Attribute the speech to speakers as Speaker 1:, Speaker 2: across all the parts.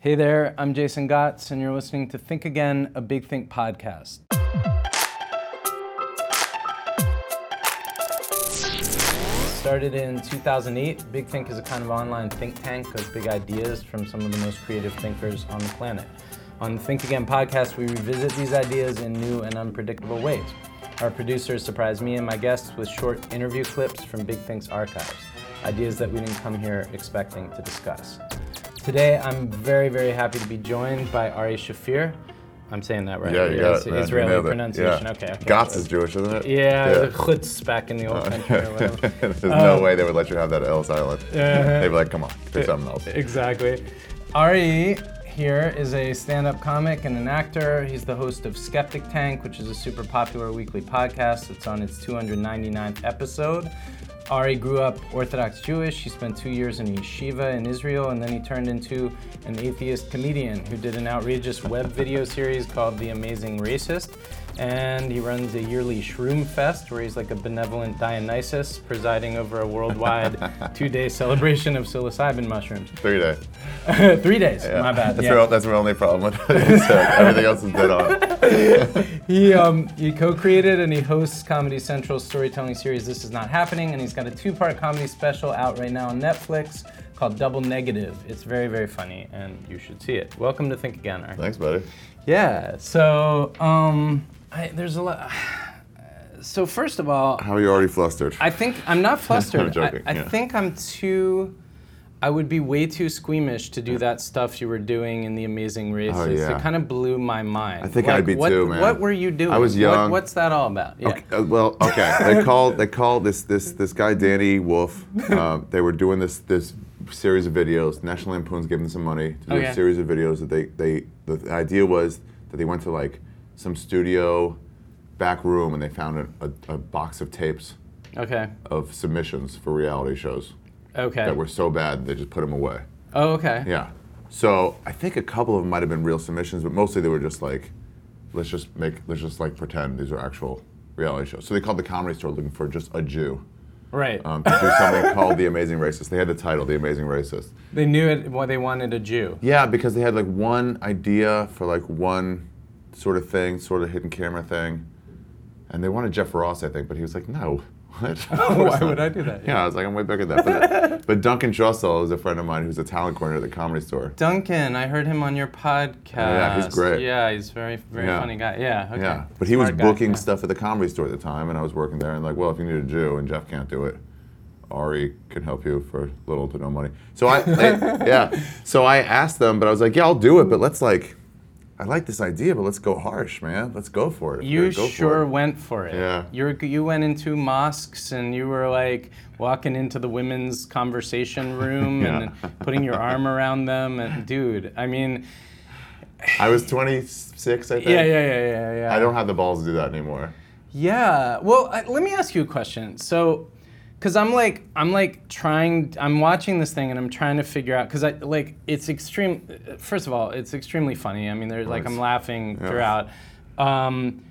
Speaker 1: Hey there, I'm Jason Gotts, and you're listening to Think Again, a Big Think podcast. Started in 2008, Big Think is a kind of online think tank of big ideas from some of the most creative thinkers on the planet. On the Think Again podcast, we revisit these ideas in new and unpredictable ways. Our producers surprise me and my guests with short interview clips from Big Think's archives, ideas that we didn't come here expecting to discuss. Today, I'm very, very happy to be joined by Ari Shafir. I'm saying that right.
Speaker 2: Yeah, you got
Speaker 1: It's
Speaker 2: it. Man.
Speaker 1: Israeli
Speaker 2: you nailed it.
Speaker 1: pronunciation.
Speaker 2: Yeah.
Speaker 1: Okay. okay.
Speaker 2: Gotz is Jewish, isn't it?
Speaker 1: Yeah, the chutz back in the old country or whatever.
Speaker 2: There's no way they would let you have that L silent.
Speaker 1: Uh-huh. Yeah.
Speaker 2: They'd be like, come on, pick something else.
Speaker 1: Exactly. Ari here is a stand up comic and an actor. He's the host of Skeptic Tank, which is a super popular weekly podcast. It's on its 299th episode. Ari grew up Orthodox Jewish. He spent two years in yeshiva in Israel, and then he turned into an atheist comedian who did an outrageous web video series called The Amazing Racist. And he runs a yearly Shroom Fest where he's like a benevolent Dionysus presiding over a worldwide two day celebration of psilocybin mushrooms.
Speaker 2: Three day.
Speaker 1: Three days.
Speaker 2: Yeah.
Speaker 1: My bad.
Speaker 2: That's,
Speaker 1: yeah.
Speaker 2: our, that's our only problem. Is that everything else is dead on.
Speaker 1: He um, he co-created and he hosts Comedy Central's storytelling series This Is Not Happening, and he's got a two-part comedy special out right now on Netflix called Double Negative. It's very very funny, and you should see it. Welcome to Think Again. Art.
Speaker 2: Thanks, buddy.
Speaker 1: Yeah. So um, I, there's a lot. So first of all,
Speaker 2: How are you already flustered?
Speaker 1: I think I'm not flustered.
Speaker 2: I'm joking,
Speaker 1: I, I
Speaker 2: yeah.
Speaker 1: think I'm too. I would be way too squeamish to do that stuff you were doing in the Amazing Races.
Speaker 2: Oh, yeah.
Speaker 1: It kind of blew my mind. I
Speaker 2: think I'd be
Speaker 1: what,
Speaker 2: too, man.
Speaker 1: What were you doing?
Speaker 2: I was
Speaker 1: What-
Speaker 2: young.
Speaker 1: what's that all about? Yeah.
Speaker 2: Uh, well, okay. They called. They called this this this guy Danny Wolf. Um, they were doing this this series of videos. National Lampoon's giving them some money to do
Speaker 1: Okay.
Speaker 2: a series of videos that they they the idea was that they went to like some studio back room and they found a, a, a box of tapes
Speaker 1: Okay.
Speaker 2: of submissions for reality shows
Speaker 1: Okay.
Speaker 2: that were so bad they just put them away.
Speaker 1: oh, okay.
Speaker 2: Yeah. So I think a couple of them might have been real submissions, but mostly they were just like, let's just make, let's just like pretend these are actual reality shows. So they called the comedy store looking for just a Jew
Speaker 1: Right.
Speaker 2: um, to do something called The Amazing Racist. They had the title, The Amazing Racist.
Speaker 1: they knew it. Well, they wanted a Jew.
Speaker 2: Yeah, because they had like one idea for like one sort of thing, sort of hidden camera thing, and they wanted Jeff Ross, I think, but he was like, no. What?
Speaker 1: Why would I do that?
Speaker 2: Yeah, I was like, I'm way bigger than that. But, but Duncan Trussell is a friend of mine who's a talent coordinator at the comedy store.
Speaker 1: Duncan, I heard him on your podcast.
Speaker 2: Oh, Yeah, he's great.
Speaker 1: Yeah, he's very very
Speaker 2: Yeah.
Speaker 1: funny guy. Yeah. Okay.
Speaker 2: Yeah, but he was
Speaker 1: Smart guy,
Speaker 2: booking
Speaker 1: yeah.
Speaker 2: stuff at the comedy store at the time, and I was working there, and like, well, if you need a Jew and Jeff can't do it, Ari can help you for little to no money. So I, I- yeah, so I asked them, but I was like, yeah, I'll do it, but let's like, I like this idea, but let's go harsh, man. Let's go for it.
Speaker 1: You
Speaker 2: Yeah, go for
Speaker 1: sure
Speaker 2: it.
Speaker 1: went for it.
Speaker 2: Yeah.
Speaker 1: You were- you went into mosques and you were like walking into the women's conversation room
Speaker 2: Yeah.
Speaker 1: and putting your arm around them and dude, I mean,
Speaker 2: I was 26, I think.
Speaker 1: yeah, yeah, yeah, yeah, yeah.
Speaker 2: I don't have the balls to do that anymore.
Speaker 1: Yeah. Well, I, let me ask you a question. So, because I'm like, I'm like trying, I'm watching this thing and I'm trying to figure out, because I like, it's extreme. First of all, it's extremely funny. I mean, there's like, I'm
Speaker 2: Nice.
Speaker 1: laughing throughout. Um,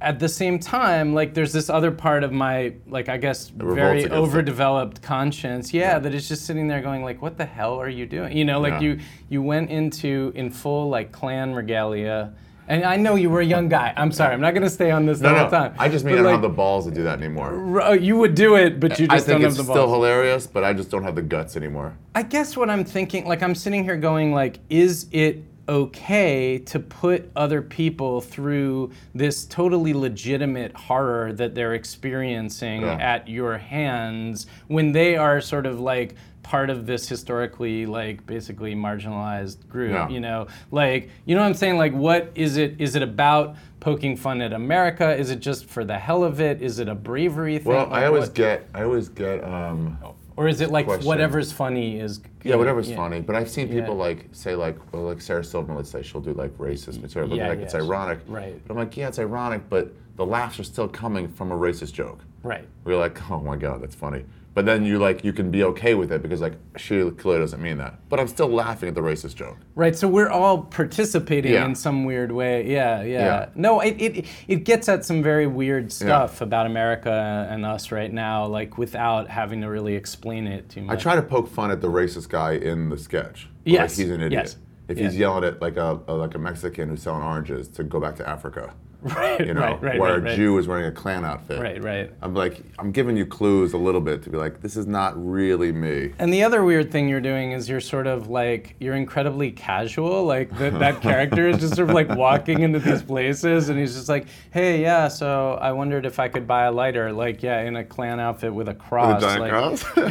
Speaker 1: at the same time, like, there's this other part of my, like, I guess,
Speaker 2: revolts
Speaker 1: very
Speaker 2: against it.
Speaker 1: overdeveloped conscience. Yeah, that is just sitting there going, like, what the hell are you doing? You know, like
Speaker 2: Yeah.
Speaker 1: you, you went into in full like clan regalia. And I know you were a young guy. I'm sorry. I'm not going to stay on this
Speaker 2: No,
Speaker 1: the whole
Speaker 2: no,
Speaker 1: time.
Speaker 2: I just mean
Speaker 1: But,
Speaker 2: I don't
Speaker 1: like,
Speaker 2: have the balls to do that anymore.
Speaker 1: r- uh, you would do it, but you
Speaker 2: I
Speaker 1: just
Speaker 2: think
Speaker 1: don't
Speaker 2: it's
Speaker 1: have the
Speaker 2: still
Speaker 1: balls.
Speaker 2: hilarious, but I just don't have the guts anymore.
Speaker 1: I guess what I'm thinking, like I'm sitting here going, like, is it okay to put other people through this totally legitimate horror that they're experiencing
Speaker 2: Yeah.
Speaker 1: at your hands when they are sort of like part of this historically like basically marginalized group
Speaker 2: Yeah.
Speaker 1: you know like you know what i'm saying like what is it is it about poking fun at america is it just for the hell of it is it a bravery thing
Speaker 2: Well,
Speaker 1: Like,
Speaker 2: I always
Speaker 1: what-
Speaker 2: get, I always get, um,
Speaker 1: Or is it like
Speaker 2: question.
Speaker 1: whatever's funny is
Speaker 2: Yeah, whatever's funny. But I've seen people like say like, well, like Sarah Silverman, let's say she'll do like racist material, but
Speaker 1: Yeah,
Speaker 2: like it's
Speaker 1: yeah,
Speaker 2: ironic.
Speaker 1: right.
Speaker 2: But I'm like, yeah, it's ironic, but the laughs are still coming from a racist joke.
Speaker 1: Right.
Speaker 2: We're like, oh my god, that's funny. But then you like you can be okay with it because like she clearly doesn't mean that. But I'm still laughing at the racist joke.
Speaker 1: Right. So we're all participating
Speaker 2: Yeah.
Speaker 1: in some weird way. Yeah, yeah.
Speaker 2: Yeah.
Speaker 1: No, it, it it gets at some very weird stuff about America and us right now, like without having to really explain it too
Speaker 2: I
Speaker 1: much.
Speaker 2: try to poke fun at the racist guy in the sketch.
Speaker 1: Yes,
Speaker 2: Like he's an idiot.
Speaker 1: yes.
Speaker 2: If
Speaker 1: Yeah.
Speaker 2: he's yelling at like a, a- like a Mexican who's selling oranges to go back to Africa,
Speaker 1: Right,
Speaker 2: you know,
Speaker 1: right, right,
Speaker 2: where
Speaker 1: right,
Speaker 2: a
Speaker 1: right.
Speaker 2: Jew is wearing a Klan outfit.
Speaker 1: Right, right.
Speaker 2: I'm like, I'm giving you clues a little bit to be like, this is not really me.
Speaker 1: And the other weird thing you're doing is you're sort of like you're incredibly casual. Like that that character is just sort of like walking into these places, and he's just like, "Hey, yeah. So I wondered if I could buy a lighter. Like, yeah, in a Klan outfit with a cross.
Speaker 2: giant
Speaker 1: like,
Speaker 2: cross?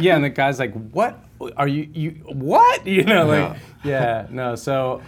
Speaker 1: yeah." And the guy's like, "What are you? You what? You know, like, yeah, no. So,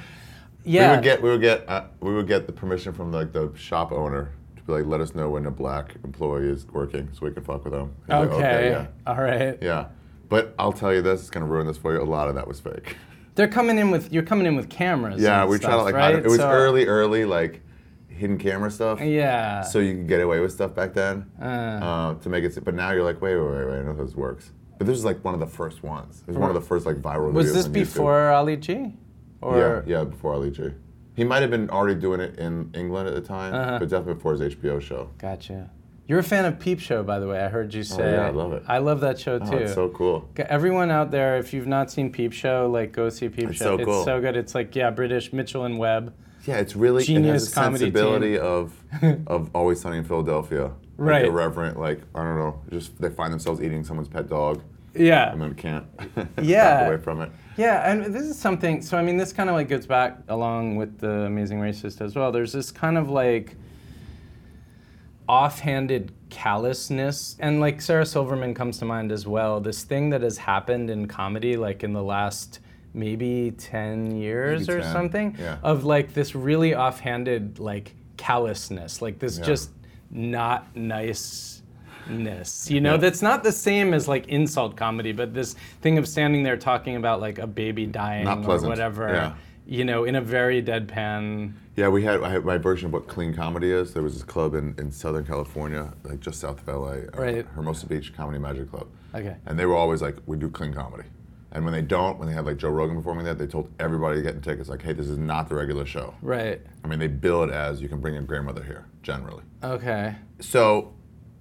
Speaker 1: yeah,
Speaker 2: We would get we would get uh, we would get the permission from like the shop owner to be like, let us know when a black employee is working so we can fuck with them. And
Speaker 1: okay,
Speaker 2: you're like, yeah,
Speaker 1: all right.
Speaker 2: yeah. But I'll tell you this, it's gonna ruin this for you. A lot of that was fake.
Speaker 1: They're coming in with you're coming in with cameras.
Speaker 2: Yeah,
Speaker 1: and
Speaker 2: we tried to
Speaker 1: stuff,
Speaker 2: like hide
Speaker 1: right?
Speaker 2: it. it was
Speaker 1: So-
Speaker 2: early, early like hidden camera stuff.
Speaker 1: Yeah.
Speaker 2: So you could get away with stuff back then
Speaker 1: Uh.
Speaker 2: uh, to make it. But now you're like, wait, wait, wait, wait. I know this works. But this is like one of the first ones. It was one of the first like viral. videos
Speaker 1: was this
Speaker 2: on YouTube.
Speaker 1: before Ali G? Or
Speaker 2: yeah, yeah, before Ali G. He might have been already doing it in England at the time,
Speaker 1: Uh-huh.
Speaker 2: but definitely before his HBO show.
Speaker 1: Gotcha. You're a fan of Peep Show, by the way. I heard you say.
Speaker 2: Oh, yeah, I love it.
Speaker 1: I love that show
Speaker 2: Oh,
Speaker 1: too.
Speaker 2: it's so cool.
Speaker 1: G- Everyone out there, if you've not seen Peep Show, like go see Peep
Speaker 2: It's
Speaker 1: Show.
Speaker 2: so cool.
Speaker 1: It's so good. It's like yeah, British Mitchell and Webb.
Speaker 2: Yeah, it's really it has
Speaker 1: Genius
Speaker 2: a
Speaker 1: comedy
Speaker 2: sensibility of of Always Sunny in Philadelphia. Like,
Speaker 1: Right.
Speaker 2: irreverent, like I don't know, just they find themselves eating someone's pet dog
Speaker 1: Yeah.
Speaker 2: and then can't
Speaker 1: Yeah.
Speaker 2: back away from it.
Speaker 1: Yeah, and this is something. So I mean, this kind of like goes back along with the Amazing Racist as well. There's this kind of like offhanded callousness, and like Sarah Silverman comes to mind as well. This thing that has happened in comedy, like in the last maybe ten years
Speaker 2: Maybe
Speaker 1: or
Speaker 2: 10,
Speaker 1: something,
Speaker 2: yeah.
Speaker 1: of like this really offhanded like callousness, like this
Speaker 2: Yeah.
Speaker 1: just not niceness. You know, that's not the same as like insult comedy, but this thing of standing there talking about like a baby dying
Speaker 2: Not
Speaker 1: or
Speaker 2: pleasant,
Speaker 1: whatever,
Speaker 2: yeah.
Speaker 1: you know, in a very deadpan.
Speaker 2: Yeah, we had, I had my version of what clean comedy is. There was this club in, in Southern California, like just south of LA, uh,
Speaker 1: Right.
Speaker 2: Hermosa Beach Comedy Magic Club.
Speaker 1: Okay.
Speaker 2: And they were always like, we do clean comedy. And when they don't, when they had like Joe Rogan performing that, they told everybody getting tickets, like, hey, this is not the regular show.
Speaker 1: Right.
Speaker 2: I mean, they bill it as you can bring your grandmother here, generally.
Speaker 1: Okay.
Speaker 2: So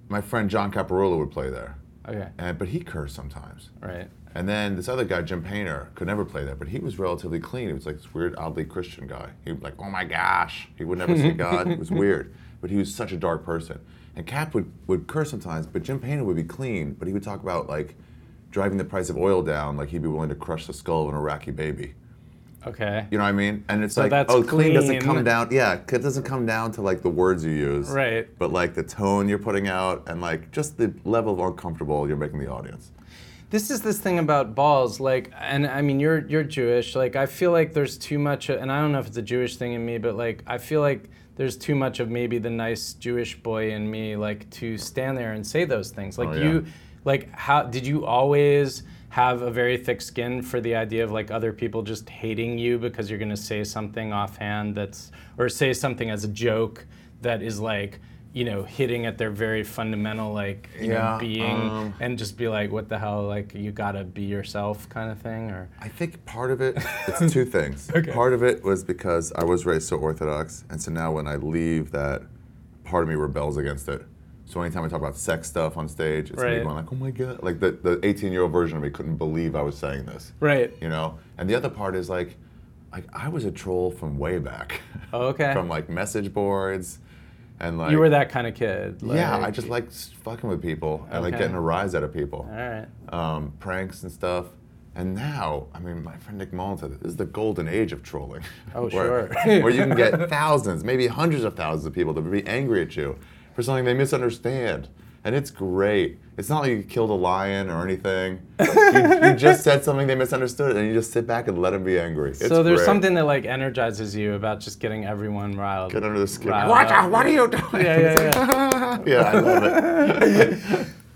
Speaker 2: my friend John Caparola would play there,
Speaker 1: Okay.
Speaker 2: and, but he cursed sometimes.
Speaker 1: Right.
Speaker 2: And then this other guy, Jim Painter, could never play that, but he was relatively clean. He was like this weird, oddly Christian guy. He was like, oh my gosh. He would never say God. It was weird. But he was such a dark person. And Cap would, would curse sometimes, but Jim Painter would be clean, but he would talk about like driving the price of oil down, like he'd be willing to crush the skull of an Iraqi baby.
Speaker 1: Okay.
Speaker 2: You know what I mean? And it's like,
Speaker 1: that's
Speaker 2: oh, clean. doesn't
Speaker 1: clean.
Speaker 2: come down. Yeah, it doesn't come down to like the words you use,
Speaker 1: Right.
Speaker 2: But like the tone you're putting out, and like just the level of uncomfortable you're making the audience.
Speaker 1: this is this thing about balls like and i mean you're you're jewish like i feel like there's too much and i don't know if it's a jewish thing in me but like i feel like there's too much of maybe the nice jewish boy in me like to stand there and say those things like
Speaker 2: Oh, yeah.
Speaker 1: you like how did you always have a very thick skin for the idea of like other people just hating you because you're going to say something offhand that's or say something as a joke that is like you know hitting at their very fundamental like you know,
Speaker 2: Yeah,
Speaker 1: being
Speaker 2: um,
Speaker 1: and just be like, what the hell? Like, you gotta be yourself, kind of thing, or
Speaker 2: I think part of it, it's two things.
Speaker 1: Okay.
Speaker 2: Part of it was because I was raised so Orthodox, and so now when I leave that, part of me rebels against it. So anytime I talk about sex stuff on stage, it's
Speaker 1: Right.
Speaker 2: me going like, oh my God. Like the, the 18 year old version of me couldn't believe I was saying this.
Speaker 1: right?
Speaker 2: You know? And the other part is like, like I was a troll from way back.
Speaker 1: Oh, okay.
Speaker 2: from like message boards and like.
Speaker 1: you were that kind of kid. Like,
Speaker 2: Yeah, I just like s- fucking with people and like
Speaker 1: Okay.
Speaker 2: getting a rise out of people
Speaker 1: All right.
Speaker 2: um, pranks and stuff. And now, I mean, my friend Nick Mullen said this is the golden age of trolling.
Speaker 1: Oh,
Speaker 2: where,
Speaker 1: sure.
Speaker 2: where you can get thousands, maybe hundreds of thousands of people to be angry at you for something they misunderstand. And it's great. It's not like you killed a lion or anything. you, you just said something they misunderstood, and you just sit back and let them be angry. It's
Speaker 1: so there's
Speaker 2: great.
Speaker 1: something that like energizes you about just getting everyone riled.
Speaker 2: Get under the skin.
Speaker 1: Riled
Speaker 2: What?
Speaker 1: up.
Speaker 2: What are you doing?
Speaker 1: Yeah, yeah, yeah.
Speaker 2: yeah, I love it.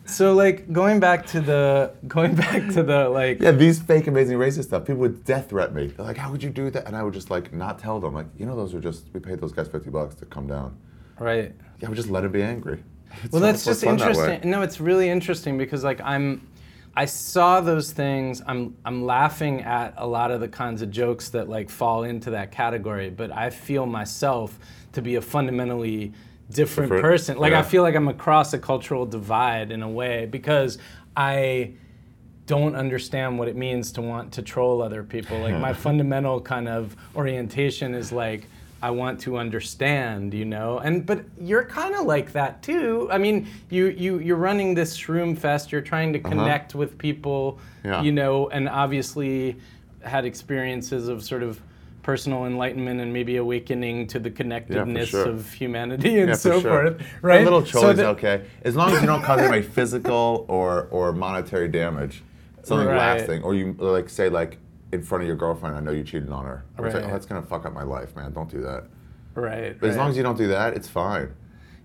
Speaker 1: so like going back to the going back to the like
Speaker 2: Yeah, these fake amazing racist stuff. People would death threat me. They're like, "How would you do that?" And I would just like not tell them. Like, you know, those are just we paid those guys fifty bucks to come down.
Speaker 1: right.
Speaker 2: Yeah, I would just let them be angry. It's
Speaker 1: Well,
Speaker 2: so
Speaker 1: that's
Speaker 2: much more
Speaker 1: just
Speaker 2: fun that way.
Speaker 1: interesting. No, it's really interesting because like I'm, I saw those things. I'm I'm laughing at a lot of the kinds of jokes that like fall into that category, but I feel myself to be a fundamentally different,
Speaker 2: Different,
Speaker 1: person. Like I
Speaker 2: yeah.
Speaker 1: feel like I'm across a cultural divide in a way because I don't understand what it means to want to troll other people. Like my fundamental kind of orientation is like I want to understand, you know. And but you're kind of like that too. I mean, you you you're running this shroom fest. You're trying to connect with people,
Speaker 2: Uh-huh. Yeah.
Speaker 1: you know, and obviously had experiences of sort of personal enlightenment and maybe awakening to the connectedness
Speaker 2: sure.
Speaker 1: of humanity and
Speaker 2: Yeah, for
Speaker 1: so
Speaker 2: sure.
Speaker 1: forth, right?
Speaker 2: A little
Speaker 1: So
Speaker 2: troll is
Speaker 1: the-
Speaker 2: okay, as long as you don't cause anybody physical or or monetary damage, something
Speaker 1: Right.
Speaker 2: lasting, or you like say like in front of your girlfriend, I know you cheated on her. I was like,
Speaker 1: Right.
Speaker 2: oh, that's gonna fuck up my life, man. Don't do that.
Speaker 1: Right.
Speaker 2: But as
Speaker 1: right.
Speaker 2: long as you don't do that, it's fine.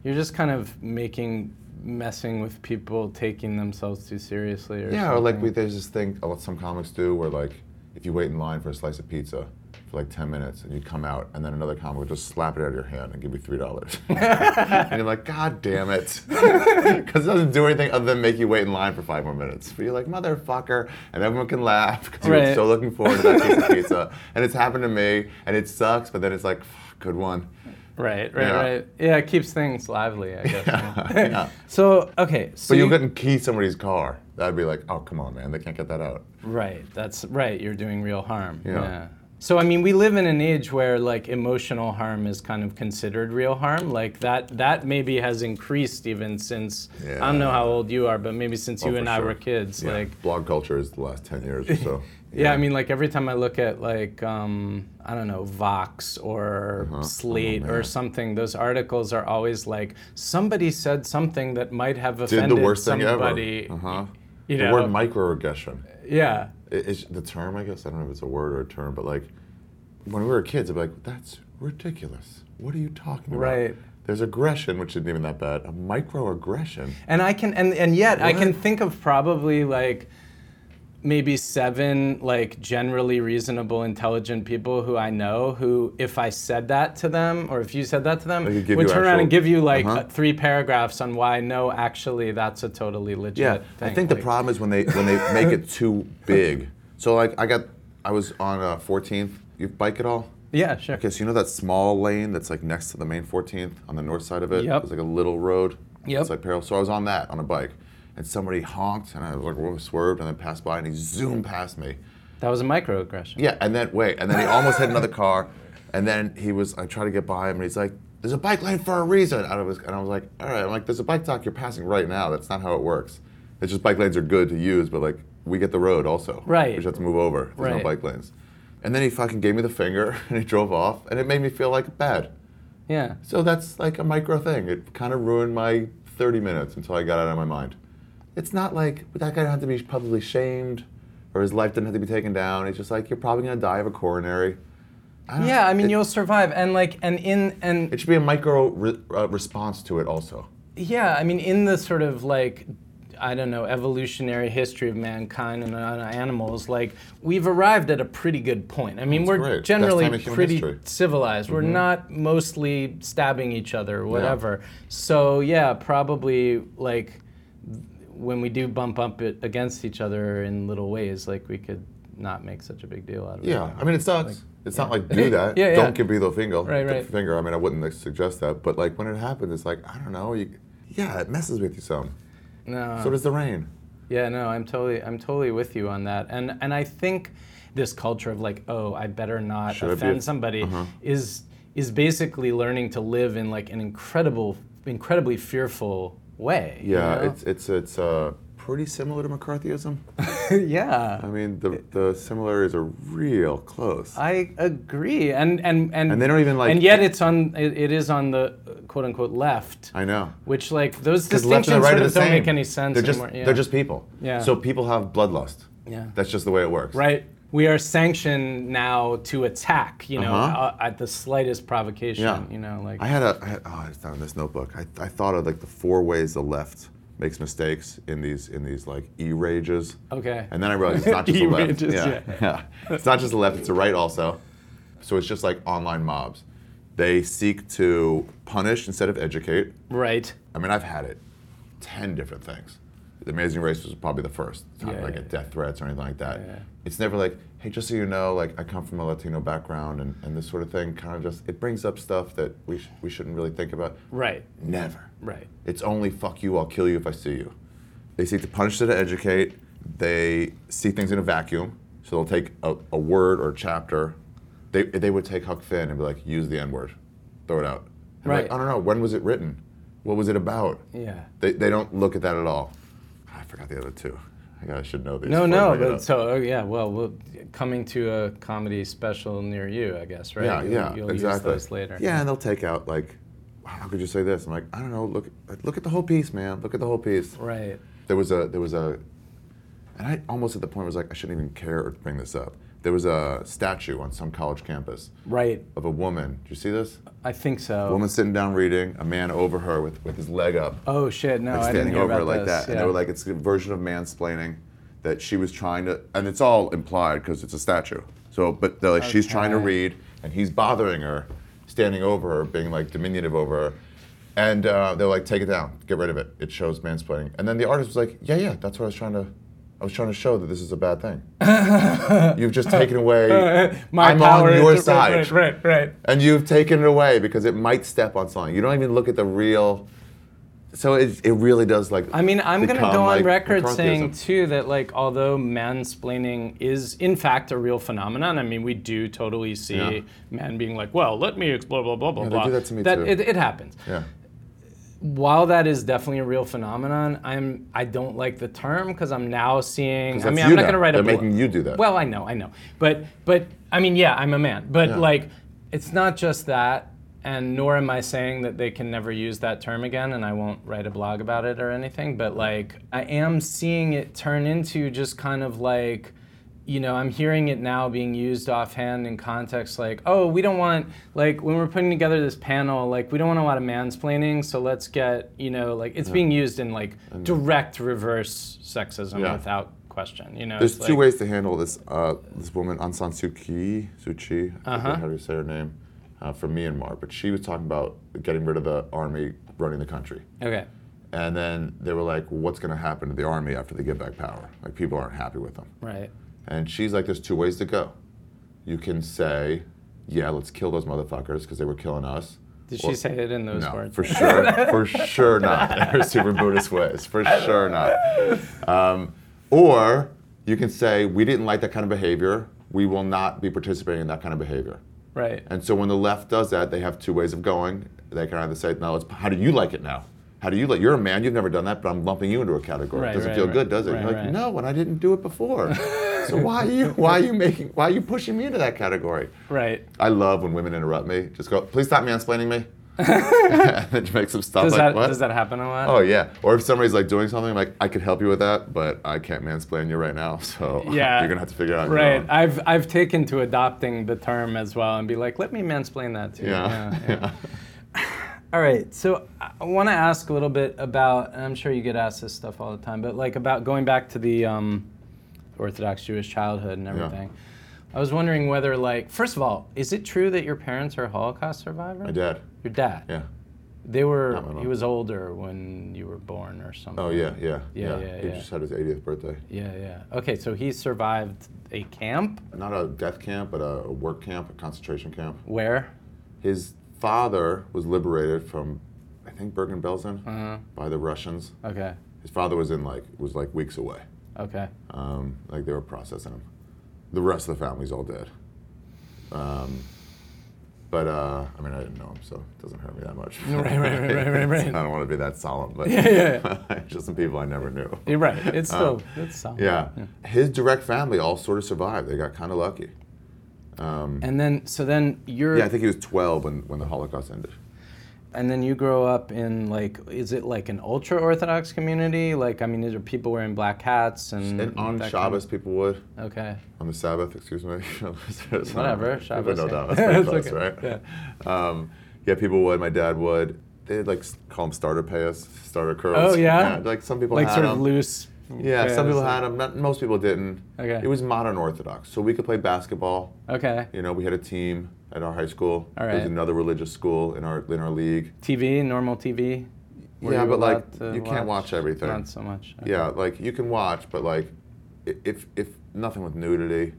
Speaker 1: You're just kind of making messing with people taking themselves too seriously or
Speaker 2: Yeah, or
Speaker 1: something.
Speaker 2: like we, there's this thing a lot some comics do where like if you wait in line for a slice of pizza for like 10 minutes and you come out and then another comic will just slap it out of your hand and give you three dollars and you're like god damn it because it doesn't do anything other than make you wait in line for five more minutes but you're like motherfucker and everyone can laugh because
Speaker 1: Right.
Speaker 2: you're so looking forward to that piece of pizza and it's happened to me and it sucks but then it's like "Fuck, good one
Speaker 1: Right, right,
Speaker 2: Yeah.
Speaker 1: right. Yeah, it keeps things lively, I guess.
Speaker 2: yeah.
Speaker 1: So okay, so
Speaker 2: but you
Speaker 1: you-
Speaker 2: couldn't key somebody's car that'd be like oh come on man they can't get that out
Speaker 1: Right. That's right. You're doing real harm.
Speaker 2: Yeah.
Speaker 1: So I mean, we live in an age where like emotional harm is kind of considered real harm. Like that that maybe has increased even since I don't know
Speaker 2: Yeah. Oh,
Speaker 1: how old you are, but maybe since you
Speaker 2: for
Speaker 1: and I
Speaker 2: sure.
Speaker 1: were kids.
Speaker 2: Yeah,
Speaker 1: Like
Speaker 2: blog culture is the last 10 years or so.
Speaker 1: yeah. I mean, like every time I look at like um, I don't know Vox or
Speaker 2: Uh-huh. Oh,
Speaker 1: Slate or something, those articles are always like somebody said something that might have
Speaker 2: did
Speaker 1: offended
Speaker 2: the worst thing
Speaker 1: somebody.
Speaker 2: ever. Uh-huh.
Speaker 1: You
Speaker 2: the
Speaker 1: know,
Speaker 2: word microaggression.
Speaker 1: yeah.
Speaker 2: I- Is the term, I guess, I don't know if it's a word or a term, but like when we were kids, I'd be like, that's ridiculous. What are you talking about?
Speaker 1: Right.
Speaker 2: There's aggression, which isn't even that bad. A microaggression.
Speaker 1: And I can and and yet I can think of probably like maybe seven like generally reasonable intelligent people who I know who if I said that to them or if you said that to them
Speaker 2: They could give
Speaker 1: would
Speaker 2: you
Speaker 1: turn around and
Speaker 2: actual-
Speaker 1: give you like
Speaker 2: Uh-huh.
Speaker 1: uh, three paragraphs on why no actually that's a totally legit
Speaker 2: Yeah,
Speaker 1: thing.
Speaker 2: I think the
Speaker 1: Like,
Speaker 2: problem is when they when they make it too big. So like I got, I was on uh, 14th. You bike at all?
Speaker 1: Yeah, sure.
Speaker 2: Okay, so you know that small lane that's like next to the main 14th on the north side of it?
Speaker 1: Yep.
Speaker 2: It's like a little road.
Speaker 1: Yep.
Speaker 2: It's like parallel. So I was on that on a bike, and somebody honked, and I like whoa, swerved, and then passed by, and he zoomed past me.
Speaker 1: That was a microaggression.
Speaker 2: Yeah, and then wait, and then he almost hit another car, and then he was I tried to get by him, and he's like, "There's a bike lane for a reason." And I was, and I was like, "All right," I'm like, "There's a bike dock. You're passing right now. That's not how it works. It's just bike lanes are good to use, but like we get the road also.
Speaker 1: Right.
Speaker 2: We just have to move over. There's
Speaker 1: Right.
Speaker 2: no bike lanes." And then he fucking gave me the finger, and he drove off, and it made me feel like bad.
Speaker 1: Yeah.
Speaker 2: So that's like a micro thing. It kind of ruined my 30 minutes until I got out of my mind. It's not like but that guy didn't have to be publicly shamed or his life didn't have to be taken down. It's just like you're probably going to die of a coronary. I don't-
Speaker 1: Yeah, I mean
Speaker 2: it,
Speaker 1: you'll survive and like and in and
Speaker 2: it should be a micro re- uh, response to it also.
Speaker 1: Yeah, I mean, in the sort of like, I don't know, evolutionary history of mankind and on animals, like we've arrived at a pretty good point. I mean, we're
Speaker 2: great. Best
Speaker 1: generally
Speaker 2: time in human
Speaker 1: pretty
Speaker 2: history. Mm-hmm.
Speaker 1: civilized. We're not mostly stabbing each other, or whatever. So yeah, probably like when we do bump up it against each other in little ways, like we could not make such a big deal out of it.
Speaker 2: Yeah, I mean it sucks. it's not like do that.
Speaker 1: Yeah, yeah.
Speaker 2: Don't give me the finger.
Speaker 1: Right,
Speaker 2: the
Speaker 1: right.
Speaker 2: Finger. I mean, I wouldn't like, suggest that, but like when it happens, it's like I don't know. You, yeah, it messes with you some.
Speaker 1: No.
Speaker 2: So does the rain.
Speaker 1: Yeah, no, I'm totally I'm totally with you on that. And and I think this culture of like, oh, I better not
Speaker 2: Should I be
Speaker 1: offend
Speaker 2: a- Uh-huh.
Speaker 1: somebody is is basically learning to live in like an incredible incredibly fearful way. you
Speaker 2: Yeah,
Speaker 1: know?
Speaker 2: it's it's it's uh, pretty similar to McCarthyism.
Speaker 1: yeah.
Speaker 2: I mean, the, the similarities are real close.
Speaker 1: I agree. And and and
Speaker 2: And they don't even, like-
Speaker 1: And yet it's on it, it is on the uh, quote unquote left.
Speaker 2: I know.
Speaker 1: Which like those
Speaker 2: 'Cause left
Speaker 1: distinctions
Speaker 2: and the right
Speaker 1: sort
Speaker 2: are
Speaker 1: of
Speaker 2: the
Speaker 1: don't
Speaker 2: same.
Speaker 1: make any sense
Speaker 2: They're just
Speaker 1: anymore. yeah.
Speaker 2: they're just people.
Speaker 1: Yeah.
Speaker 2: So people have bloodlust.
Speaker 1: Yeah.
Speaker 2: That's just the way it works.
Speaker 1: Right. We are sanctioned now to attack, you know,
Speaker 2: Uh-huh.
Speaker 1: uh, at the slightest provocation,
Speaker 2: Yeah.
Speaker 1: you know, like
Speaker 2: I had a I had, oh, it's not in this notebook. I, I thought of like the four ways the left makes mistakes in these in these like e rages.
Speaker 1: okay.
Speaker 2: And then I realized it's not just the left.
Speaker 1: E-rages, E yeah.
Speaker 2: yeah. It's not just the left, it's the right also. So it's just like online mobs. They seek to punish instead of educate.
Speaker 1: right.
Speaker 2: I mean, I've had it. Ten different things. The Amazing Race was probably the first. It's not
Speaker 1: Yeah,
Speaker 2: like
Speaker 1: yeah,
Speaker 2: a death threats or anything like that.
Speaker 1: Yeah.
Speaker 2: It's never like, hey, just so you know, like I come from a Latino background and, and this sort of thing. Kind of just it brings up stuff that we sh- we shouldn't really think about.
Speaker 1: Right.
Speaker 2: Never.
Speaker 1: Right.
Speaker 2: It's only fuck you, I'll kill you if I see you. They seek to punish to educate. they see things in a vacuum. So they'll take a, a word or a chapter. They, they would take Huck Finn and be like, use the N word, throw it out. And
Speaker 1: Right.
Speaker 2: Like, I don't know. When was it written? What was it about?
Speaker 1: Yeah.
Speaker 2: They, they don't look at that at all. Ah, I forgot the other two. I, gotta- I should know these.
Speaker 1: No,
Speaker 2: before I
Speaker 1: no,
Speaker 2: bring it
Speaker 1: but
Speaker 2: up.
Speaker 1: so oh, yeah, well, we'll coming to a comedy special near you, I guess, right?
Speaker 2: Yeah,
Speaker 1: You'll-
Speaker 2: yeah,
Speaker 1: You'll
Speaker 2: exactly.
Speaker 1: use those later.
Speaker 2: Yeah, and they'll take out like, how could you say this? I'm like, I don't know. Look, look at the whole piece, man. Look at the whole piece.
Speaker 1: Right.
Speaker 2: There was a, there was a, and I almost at the point was like, I shouldn't even care or bring this up. There was a statue on some college campus
Speaker 1: Right.
Speaker 2: of a woman. Did you see this?
Speaker 1: I think so.
Speaker 2: A woman sitting down reading, a man over her with, with his leg up,
Speaker 1: oh shit! No,
Speaker 2: like
Speaker 1: I didn't
Speaker 2: standing
Speaker 1: hear
Speaker 2: over her
Speaker 1: about
Speaker 2: like
Speaker 1: this.
Speaker 2: that. And they were like, it's a version of mansplaining that she was trying to, and it's all implied because it's a statue. So, but they're like, she's trying to
Speaker 1: Okay.
Speaker 2: read, and he's bothering her, standing over her, being like diminutive over her. And uh, they're like, take it down, get rid of it. It shows mansplaining. And then the artist was like, yeah, yeah, that's what I was trying to. I was trying to show that this is a bad thing. you've just taken away.
Speaker 1: My
Speaker 2: I'm
Speaker 1: power
Speaker 2: on
Speaker 1: is-
Speaker 2: your
Speaker 1: right,
Speaker 2: side.
Speaker 1: Right, right, right.
Speaker 2: And you've taken it away because it might step on something. You don't even look at the real. So it, it really does like.
Speaker 1: I mean, I'm going to
Speaker 2: become,
Speaker 1: go on
Speaker 2: like,
Speaker 1: record
Speaker 2: McCarthyism.
Speaker 1: saying too that like although mansplaining is in fact a real phenomenon, I mean we do totally see
Speaker 2: Yeah.
Speaker 1: men being like, "Well, let me explore blah blah blah
Speaker 2: they
Speaker 1: blah."
Speaker 2: do that to me, too.
Speaker 1: It, it happens.
Speaker 2: Yeah.
Speaker 1: While that is definitely a real phenomenon, I'm I don't like the term because I'm now seeing. I
Speaker 2: that's
Speaker 1: mean, I'm
Speaker 2: you
Speaker 1: not
Speaker 2: now.
Speaker 1: going to write a
Speaker 2: They're
Speaker 1: book.
Speaker 2: making you do that.
Speaker 1: Well, I know, I know, but but I mean, yeah, I'm a man, but
Speaker 2: Yeah.
Speaker 1: like, it's not just that. And nor am I saying that they can never use that term again, and I won't write a blog about it or anything. But like, I am seeing it turn into just kind of like, you know, I'm hearing it now being used offhand in context like, oh, we don't want, like, when we're putting together this panel, like, we don't want a lot of mansplaining, so let's get, you know, like, it's being used in like direct reverse sexism
Speaker 2: Yeah.
Speaker 1: without question, you know?
Speaker 2: There's
Speaker 1: it's
Speaker 2: two
Speaker 1: like-
Speaker 2: ways to handle this. Uh, this woman, Ansan Suki, Suchi, I
Speaker 1: Uh-huh.
Speaker 2: forget how do you say her name, uh, from Myanmar, but she was talking about getting rid of the army running the country.
Speaker 1: Okay.
Speaker 2: And then they were like, well, what's going to happen to the army after they get back power? Like, people aren't happy with them.
Speaker 1: Right.
Speaker 2: And she's like, there's two ways to go. You can say, yeah, let's kill those motherfuckers because they were killing us.
Speaker 1: Did
Speaker 2: Well,
Speaker 1: she say it in those
Speaker 2: No,
Speaker 1: words?
Speaker 2: for sure, for sure not. In her super Buddhist ways, for sure not. Um, or you can say, we didn't like that kind of behavior. We will not be participating in that kind of behavior.
Speaker 1: Right.
Speaker 2: And so when the left does that, they have two ways of going. They can either say, no, it's, how do you like it now? How do you like? You're a man. You've never done that, but I'm lumping you into a category.
Speaker 1: Right,
Speaker 2: it doesn't
Speaker 1: right,
Speaker 2: feel
Speaker 1: right.
Speaker 2: good, does it?
Speaker 1: Right,
Speaker 2: You're like,
Speaker 1: right.
Speaker 2: no, and I didn't do it before. so why are you? Why are you making? Why are you pushing me into that category?
Speaker 1: Right.
Speaker 2: I love when women interrupt me. Just go, please stop mansplaining me. and then make some stuff
Speaker 1: Does
Speaker 2: like
Speaker 1: that
Speaker 2: what?
Speaker 1: does that happen a lot?
Speaker 2: Oh yeah. Or if somebody's like doing something, like I could help you with that, but I can't mansplain you right now. So
Speaker 1: Yeah.
Speaker 2: you're gonna have to figure it out. on your
Speaker 1: Right.
Speaker 2: own."
Speaker 1: I've I've taken to adopting the term as well and be like, let me mansplain that to you.
Speaker 2: Yeah.
Speaker 1: Yeah, yeah. All right. So I want to ask a little bit about, and I'm sure you get asked this stuff all the time, but like about going back to the um, Orthodox Jewish childhood and everything. I was wondering whether, like, first of all, is it true that your parents are Holocaust survivors?
Speaker 2: My dad.
Speaker 1: Your dad.
Speaker 2: Yeah.
Speaker 1: They were.
Speaker 2: Not my mom.
Speaker 1: He was older when you were born, or something.
Speaker 2: Oh yeah. Yeah.
Speaker 1: Yeah, yeah,
Speaker 2: He
Speaker 1: yeah.
Speaker 2: just had his 80th birthday.
Speaker 1: Yeah, yeah. Okay, so he survived a camp.
Speaker 2: Not a death camp, but a, a work camp, a concentration camp.
Speaker 1: Where?
Speaker 2: His father was liberated from, I think Bergen-Belsen,
Speaker 1: Uh-huh.
Speaker 2: by the Russians.
Speaker 1: Okay.
Speaker 2: His father was in like was like weeks away.
Speaker 1: Okay.
Speaker 2: Um, like they were processing him. The rest of the family's all dead. Um, but uh, I mean, I didn't know him, so it doesn't hurt me that much.
Speaker 1: right, right, right, right, right, right.
Speaker 2: I don't want to be that solemn, but just some people I never knew.
Speaker 1: You're right. It's still it's solid.
Speaker 2: Um, Yeah. His direct family all sort of survived. They got kind of lucky. Um,
Speaker 1: And then so then you're
Speaker 2: Yeah, I think he was 12 when, when the Holocaust ended.
Speaker 1: and then you grow up in like is it like an ultra orthodox community? Like I mean, is there people wearing black hats and,
Speaker 2: And on
Speaker 1: Mm, that kind
Speaker 2: Shabbos, people would.
Speaker 1: of- okay.
Speaker 2: On the Sabbath, excuse me.
Speaker 1: Whatever, Shabbos,
Speaker 2: Shabbos. No,
Speaker 1: yeah.
Speaker 2: no, that's pretty
Speaker 1: It's
Speaker 2: close,
Speaker 1: okay,
Speaker 2: right? Yeah. Um, yeah, people would. My dad would. They'd like s- call them starter payas, starter curls.
Speaker 1: Oh, yeah?
Speaker 2: like some people
Speaker 1: Like
Speaker 2: had
Speaker 1: sort of
Speaker 2: them.
Speaker 1: loose.
Speaker 2: yeah, some people
Speaker 1: pants.
Speaker 2: had them. Not, most people didn't.
Speaker 1: Okay.
Speaker 2: It was modern Orthodox, so we could play basketball.
Speaker 1: Okay.
Speaker 2: You know, we had a team at our high school.
Speaker 1: All
Speaker 2: There
Speaker 1: right.
Speaker 2: was another religious school in our in our league.
Speaker 1: TV, normal TV. Were
Speaker 2: yeah,
Speaker 1: you
Speaker 2: but like
Speaker 1: allowed to
Speaker 2: you can't watch everything.
Speaker 1: Not so much. Okay. Mm-hmm.
Speaker 2: Yeah, like you can watch, but like i- if if nothing with nudity,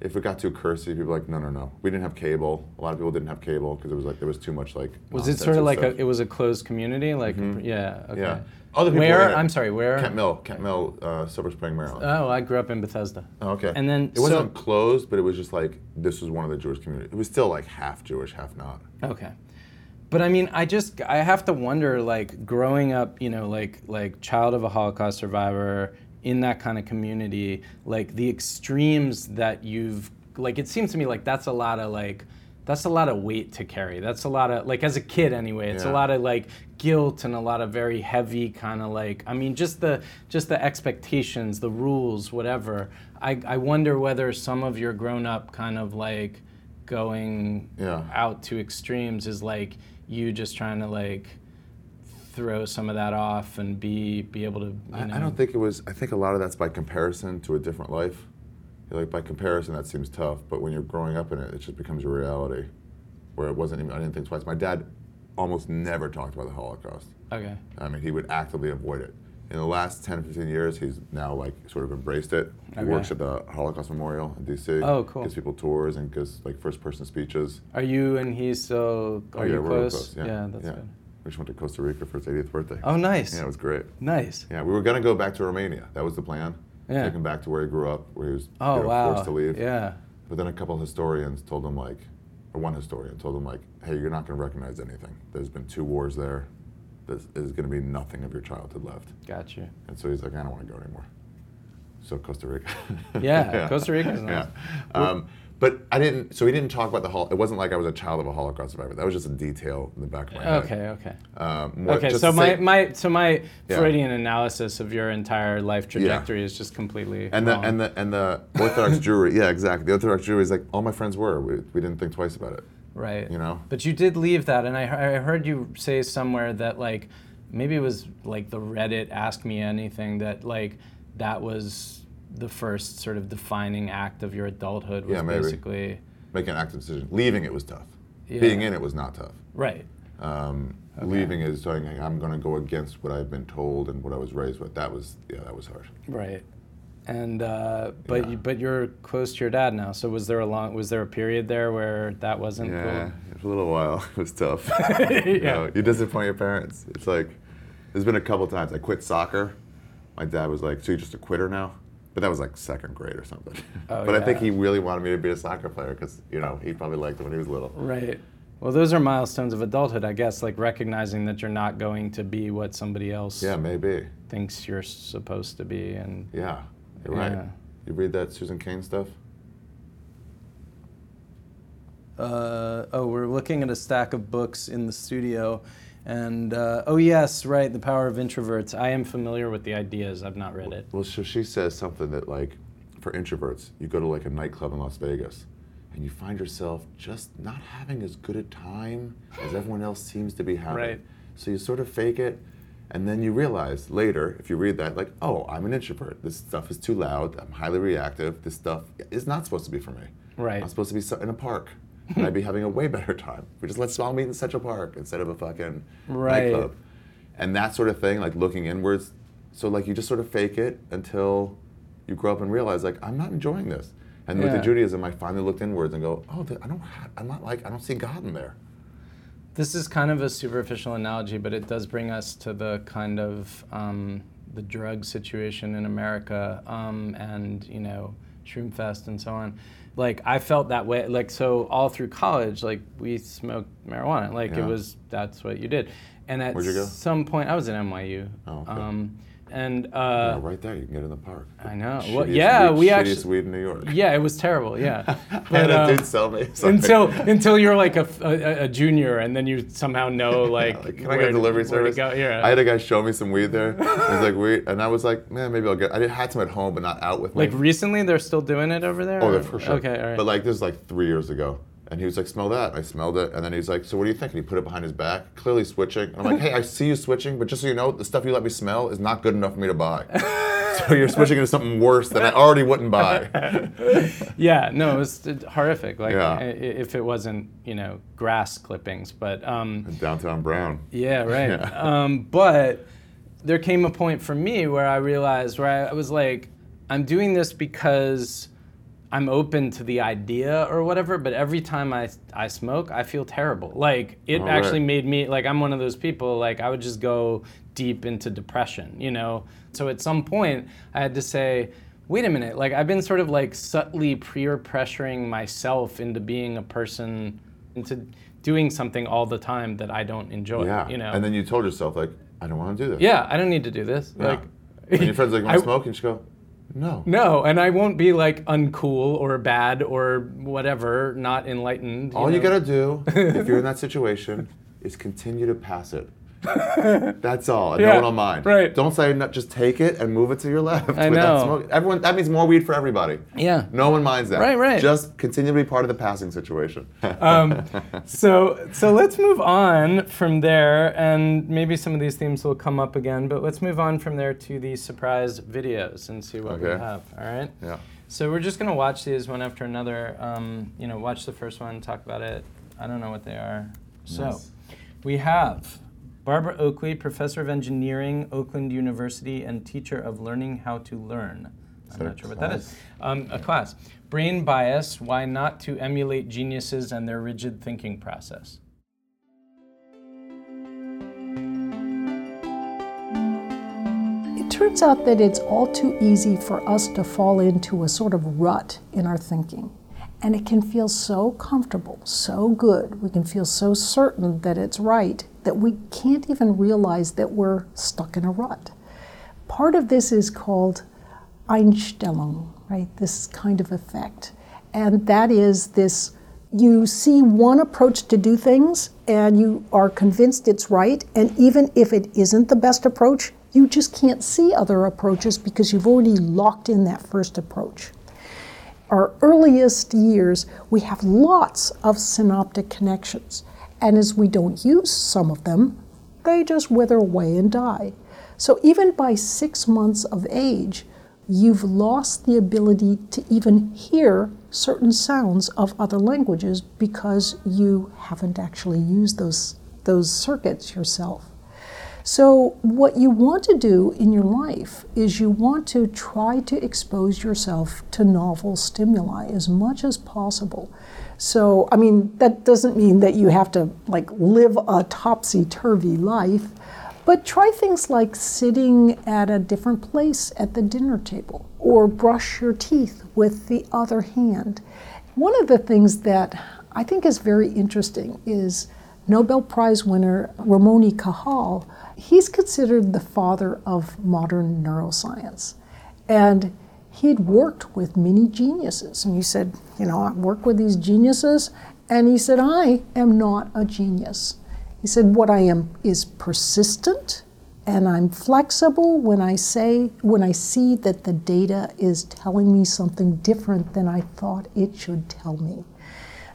Speaker 2: if it got too cursy, people were like, no, no, no. We didn't have cable. A lot of people didn't have cable because it was like there was too much like.
Speaker 1: Was it
Speaker 2: nonsense
Speaker 1: sort of
Speaker 2: and
Speaker 1: like
Speaker 2: stuff.
Speaker 1: a, it was a closed community? Like, yeah, okay.
Speaker 2: Mm-hmm. yeah. Other people were in
Speaker 1: Where?
Speaker 2: it.
Speaker 1: I'm sorry, where?
Speaker 2: Kent Mill, Kent Mill, uh, Silver Spring, Maryland.
Speaker 1: Oh, I grew up in Bethesda.
Speaker 2: Oh, okay.
Speaker 1: and then-
Speaker 2: it wasn't closed, but it was just like this was one of the Jewish communities. It was still like half Jewish, half not.
Speaker 1: Okay. But I mean, I just I have to wonder like growing up, you know, like like child of a Holocaust survivor in that kind of community, like the extremes that you've like it seems to me like that's a lot of like that's a lot of weight to carry. That's a lot of like as a kid anyway, it's a
Speaker 2: Yeah.
Speaker 1: lot of like guilt and a lot of very heavy kind of like I mean just the just the expectations, the rules, whatever. I I wonder whether some of your grown up kind of like going
Speaker 2: Yeah.
Speaker 1: out to extremes is like you just trying to like throw some of that off and be be able to you
Speaker 2: I,
Speaker 1: know
Speaker 2: I don't think it was. I think a lot of that's by comparison to a different life. You're like by comparison, that seems tough, but when you're growing up in it, it just becomes your reality. Where it wasn't even, I didn't think twice. My dad almost never talked about the Holocaust.
Speaker 1: okay
Speaker 2: I mean, he would actively avoid it. In the last 10, 15 years, he's now like sort of embraced it. He
Speaker 1: Okay.
Speaker 2: works at the Holocaust Memorial in D.C.
Speaker 1: Oh, cool.
Speaker 2: Gives people tours and gives like first-person speeches.
Speaker 1: are you and he still are you
Speaker 2: Oh, we're really
Speaker 1: close? that's good
Speaker 2: We just went to Costa Rica for his 80th birthday.
Speaker 1: oh nice
Speaker 2: Yeah, it was great.
Speaker 1: nice
Speaker 2: Yeah, we were gonna go back to Romania. That was the plan.
Speaker 1: Yeah.
Speaker 2: Take him back to where he grew up, where he was
Speaker 1: oh
Speaker 2: you know,
Speaker 1: wow
Speaker 2: forced to leave.
Speaker 1: yeah
Speaker 2: But then a couple historians told him like, or one historian told him like, hey, you're not gonna recognize anything. There's been two wars there. There's is gonna be nothing of your childhood left.
Speaker 1: got you
Speaker 2: And so he's like, I don't want to go anymore. So Costa Rica.
Speaker 1: Yeah, Costa Rica's nice.
Speaker 2: Yeah. Um, but I didn't. So he didn't talk about the hol. It wasn't like I was a child of a Holocaust survivor. That was just a detail in the back of my head.
Speaker 1: okay okay
Speaker 2: Um, more-
Speaker 1: okay
Speaker 2: just
Speaker 1: so
Speaker 2: to
Speaker 1: my,
Speaker 2: say-
Speaker 1: my so my
Speaker 2: Yeah.
Speaker 1: freudian analysis of your entire life trajectory is just completely
Speaker 2: And the,
Speaker 1: wrong.
Speaker 2: and the and the Orthodox Jewry, yeah, exactly. The Orthodox Jewry is like all my friends were. We, we didn't think twice about it,
Speaker 1: right
Speaker 2: you know.
Speaker 1: But you did leave that, and I, he- I heard you say somewhere that like maybe it was like the Reddit Ask Me Anything that like that was the first sort of defining act of your adulthood was
Speaker 2: Yeah, maybe.
Speaker 1: basically
Speaker 2: Making an active decision, leaving it was tough.
Speaker 1: Yeah.
Speaker 2: Being in it was not tough.
Speaker 1: right.
Speaker 2: Um, Leaving is saying like, I'm going to go against what I've been told and what I was raised with. That was yeah, that was hard.
Speaker 1: Right. And uh, but you, but you're close to your dad now. So was there a long was there a period there where that wasn't
Speaker 2: Yeah, for a little while it was tough.
Speaker 1: cool?
Speaker 2: You know, you disappoint your parents. It's like there's been a couple times I quit soccer. My dad was like, "So you're just a quitter now?" But that was like second grade or something.
Speaker 1: Oh,
Speaker 2: but I think
Speaker 1: yeah.
Speaker 2: he really wanted me to be a soccer player because you know he probably liked it when he was little.
Speaker 1: Right. Well, those are milestones of adulthood, I guess. Like recognizing that you're not going to be what somebody else
Speaker 2: Yeah, maybe.
Speaker 1: thinks you're supposed to be, and
Speaker 2: Yeah, you're right.
Speaker 1: Yeah.
Speaker 2: You read that Susan Cain stuff?
Speaker 1: uh, oh, we're looking at a stack of books in the studio. And uh, oh, yes, right, The Power of Introverts. I am familiar with the ideas, I've not read it.
Speaker 2: Well, so she says something that like for introverts, you go to like a nightclub in Las Vegas and you find yourself just not having as good a time as everyone else seems to be having.
Speaker 1: Right.
Speaker 2: So you sort of fake it and then you realize later if you read that like, "Oh, I'm an introvert. This stuff is too loud. I'm highly reactive. This stuff is not supposed to be for me.
Speaker 1: Right.
Speaker 2: I'm supposed to be so- in a park." and I'd be having a way better time. We just let's all meet in Central Park instead of a fucking
Speaker 1: Right.
Speaker 2: nightclub and that sort of thing, like looking inwards. So like you just sort of fake it until you grow up and realize like I'm not enjoying this. And with
Speaker 1: Yeah.
Speaker 2: the Judaism, I finally looked inwards and go, oh, th- I don't, ha- I'm not like, I don't see God in there.
Speaker 1: This is kind of a superficial analogy, but it does bring us to the kind of um, the drug situation in America, um, and you know, Shroomfest and so on. Like I felt that way. Like so, all through college, like we smoked marijuana. Like it
Speaker 2: Yeah.
Speaker 1: was that's what you did. And at
Speaker 2: Where'd you go?
Speaker 1: some point, I was at NYU.
Speaker 2: Oh, okay.
Speaker 1: um, and
Speaker 2: Yeah,
Speaker 1: uh,
Speaker 2: right there, you can get in the park.
Speaker 1: I know. Well,
Speaker 2: Shittiest
Speaker 1: yeah,
Speaker 2: weed,
Speaker 1: we
Speaker 2: shittiest
Speaker 1: actually.
Speaker 2: weed in New York.
Speaker 1: Yeah, it was terrible. Yeah,
Speaker 2: I had
Speaker 1: But,
Speaker 2: a
Speaker 1: um,
Speaker 2: dude sell me. something.
Speaker 1: until until you're like a, a, a junior and then you somehow know like,
Speaker 2: Yeah, like, can I
Speaker 1: where
Speaker 2: get
Speaker 1: to- where
Speaker 2: delivery
Speaker 1: to
Speaker 2: service?
Speaker 1: go. Yeah.
Speaker 2: I had a guy show me some weed there. I was like, weed, and I was like, man, maybe I'll get. I did- had some at home, but not out with me.
Speaker 1: like recently they're still doing it over there.
Speaker 2: Oh,
Speaker 1: or-
Speaker 2: yeah, for sure.
Speaker 1: Okay, all right.
Speaker 2: But like this is like three years ago, and he was like, "Smell that." I smelled it, and then he's like, "So what do you think?" And he put it behind his back, clearly switching. And I'm like, "Hey, I see you switching, but just so you know, the stuff you let me smell is not good enough for me to buy. so you're switching into something worse than I already wouldn't buy."
Speaker 1: yeah, no, it was uh, horrific. Like
Speaker 2: Yeah.
Speaker 1: i- i- if it wasn't you know grass clippings, but um,
Speaker 2: Downtown Brown.
Speaker 1: Yeah, right. Um, but there came a point for me where I realized where I was like, I'm doing this because I'm open to the idea or whatever, but every time I I smoke, I feel terrible. Like it
Speaker 2: All
Speaker 1: actually
Speaker 2: right.
Speaker 1: made me like I'm one of those people like I would just go deep into depression, you know. So at some point, I had to say, wait a minute, like I've been sort of like subtly peer pressuring myself into being a person into doing something all the time that I don't enjoy,
Speaker 2: Yeah.
Speaker 1: you know.
Speaker 2: And then you told yourself like, I don't want to do this.
Speaker 1: yeah, I don't need to do this.
Speaker 2: Yeah.
Speaker 1: Like
Speaker 2: And your friends like, want
Speaker 1: I-
Speaker 2: to smoke? And you just go, no.
Speaker 1: No, and I won't be like uncool or bad or whatever, not enlightened.
Speaker 2: All you
Speaker 1: know?
Speaker 2: gotta do if you're in that situation is continue to pass it. That's all. And
Speaker 1: Yeah,
Speaker 2: no one will mind.
Speaker 1: right.
Speaker 2: Don't say no, just take it and move it to your left.
Speaker 1: I
Speaker 2: without
Speaker 1: know.
Speaker 2: smoking. Everyone that means more weed for everybody.
Speaker 1: Yeah.
Speaker 2: No one minds that.
Speaker 1: Right, right. Um,
Speaker 2: Just continue to be part of the passing situation.
Speaker 1: So, so let's move on from there, and maybe some of these themes will come up again. But let's move on from there to the surprise videos and see what we
Speaker 2: Okay.
Speaker 1: have. All right.
Speaker 2: yeah.
Speaker 1: So we're just gonna watch these one after another. Um, you know, watch the first one, talk about it. I don't know what they are. So
Speaker 2: Nice.
Speaker 1: we have Barbara Oakley, professor of engineering, Oakland University, and teacher of learning how to learn. I'm
Speaker 2: that a
Speaker 1: not sure what that is.
Speaker 2: class?
Speaker 1: Um, a class. Brain bias: Why not to emulate geniuses and their rigid thinking process.
Speaker 3: It turns out that it's all too easy for us to fall into a sort of rut in our thinking. And it can feel so comfortable, so good. We can feel so certain that it's right that we can't even realize that we're stuck in a rut. Part of this is called Einstellung, right? This kind of effect. And that is this you see one approach to do things and you are convinced it's right. And even if it isn't the best approach, you just can't see other approaches because you've already locked in that first approach our earliest years, we have lots of synoptic connections. And as we don't use some of them, they just wither away and die. So even by six months of age, you've lost the ability to even hear certain sounds of other languages because you haven't actually used those, those circuits yourself. So, what you want to do in your life is you want to try to expose yourself to novel stimuli as much as possible. So, I mean, that doesn't mean that you have to like live a topsy turvy life, but try things like sitting at a different place at the dinner table or brush your teeth with the other hand. One of the things that I think is very interesting is Nobel Prize winner Ramoni Cajal. He's considered the father of modern neuroscience. And he'd worked with many geniuses. And he said, You know, I work with these geniuses. And he said, I am not a genius. He said, What I am is persistent and I'm flexible when I say when I see that the data is telling me something different than I thought it should tell me.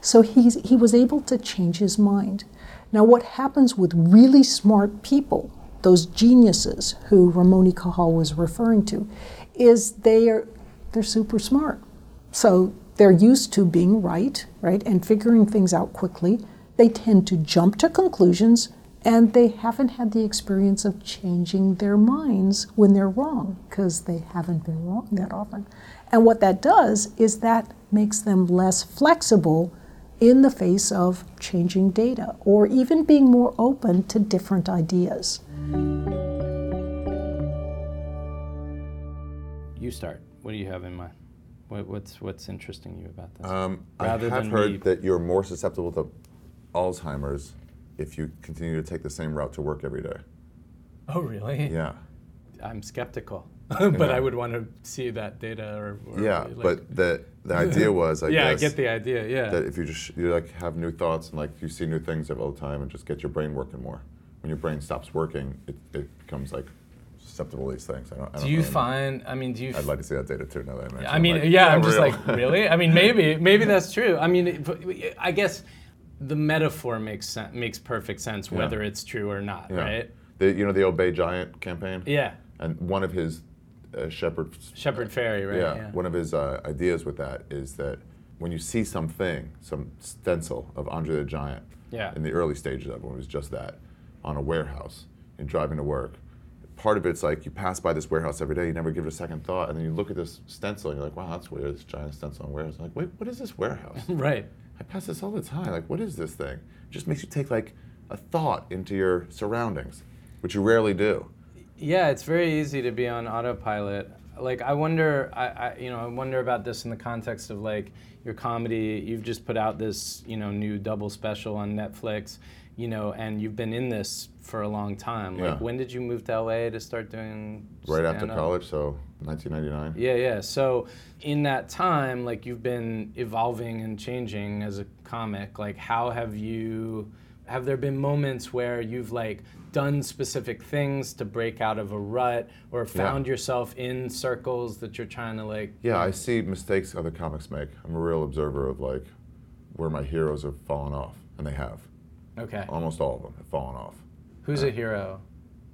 Speaker 3: So he's, he was able to change his mind. Now, what happens with really smart people, those geniuses who Ramoni Cajal was referring to, is they are they're super smart. So they're used to being right, right, and figuring things out quickly. They tend to jump to conclusions and they haven't had the experience of changing their minds when they're wrong because they haven't been wrong that often. And what that does is that makes them less flexible in the face of changing data or even being more open to different ideas.
Speaker 1: You start. What do you have in mind? What, what's what's interesting you about this?
Speaker 2: Um, I
Speaker 1: Rather
Speaker 2: have
Speaker 1: than
Speaker 2: heard
Speaker 1: me-
Speaker 2: that you're more susceptible to Alzheimer's if you continue to take the same route to work every day.
Speaker 1: oh, really?
Speaker 2: Yeah.
Speaker 1: I'm skeptical, but I would want to see that data or. or
Speaker 2: Yeah.
Speaker 1: like-
Speaker 2: But the the idea was, I
Speaker 1: yeah,
Speaker 2: guess,
Speaker 1: I get the idea. Yeah.
Speaker 2: that if you just you like have new thoughts and like you see new things all the time and just get your brain working more. When your brain stops working, it, it becomes like susceptible to these things. I don't. I don't
Speaker 1: do you
Speaker 2: really know.
Speaker 1: find? I mean, do you?
Speaker 2: um, I'd like to see that data too. Now that I mentioned.
Speaker 1: I mean, yeah, I'm just like, really? I mean, maybe, maybe that's true. I mean, it- but I guess the metaphor makes sen- makes perfect sense, whether it's true or not, right?
Speaker 2: The, you know the obey giant campaign.
Speaker 1: Yeah,
Speaker 2: And one of his uh, shepherd
Speaker 1: Shepherd Fairy, right?
Speaker 2: yeah. One of his uh, ideas with that is that when you see something, some stencil of Andre the Giant
Speaker 1: Yeah.
Speaker 2: in the early stages of it, when it was just that, on a warehouse and driving to work, part of it's like you pass by this warehouse every day, you never give it a second thought, and then you look at this stencil and you're like, wow, that's weird, this giant stencil on warehouse. like, wait, what is this warehouse?
Speaker 1: Right.
Speaker 2: I pass this all the time. Like, what is this thing? It just makes you take like a thought into your surroundings, which you rarely do.
Speaker 1: Yeah, it's very easy to be on autopilot. Like I wonder, I, I you know, I wonder about this in the context of like your comedy. You've just put out this you know new double special on Netflix, you know, and you've been in this for a long time. Like
Speaker 2: Yeah.
Speaker 1: when did you move to LA to start doing?
Speaker 2: Right after
Speaker 1: stand-up?
Speaker 2: college, so 1999.
Speaker 1: Yeah, yeah. So in that time, like you've been evolving and changing as a comic. Like how have you have there been moments where you've like done specific things to break out of a rut or found yourself in circles that you're trying to like
Speaker 2: Yeah, I see mistakes other comics make. I'm a real observer of like where my heroes have fallen off, and they have.
Speaker 1: okay.
Speaker 2: Almost all of them have fallen off.
Speaker 1: Who's a hero? Uh-huh.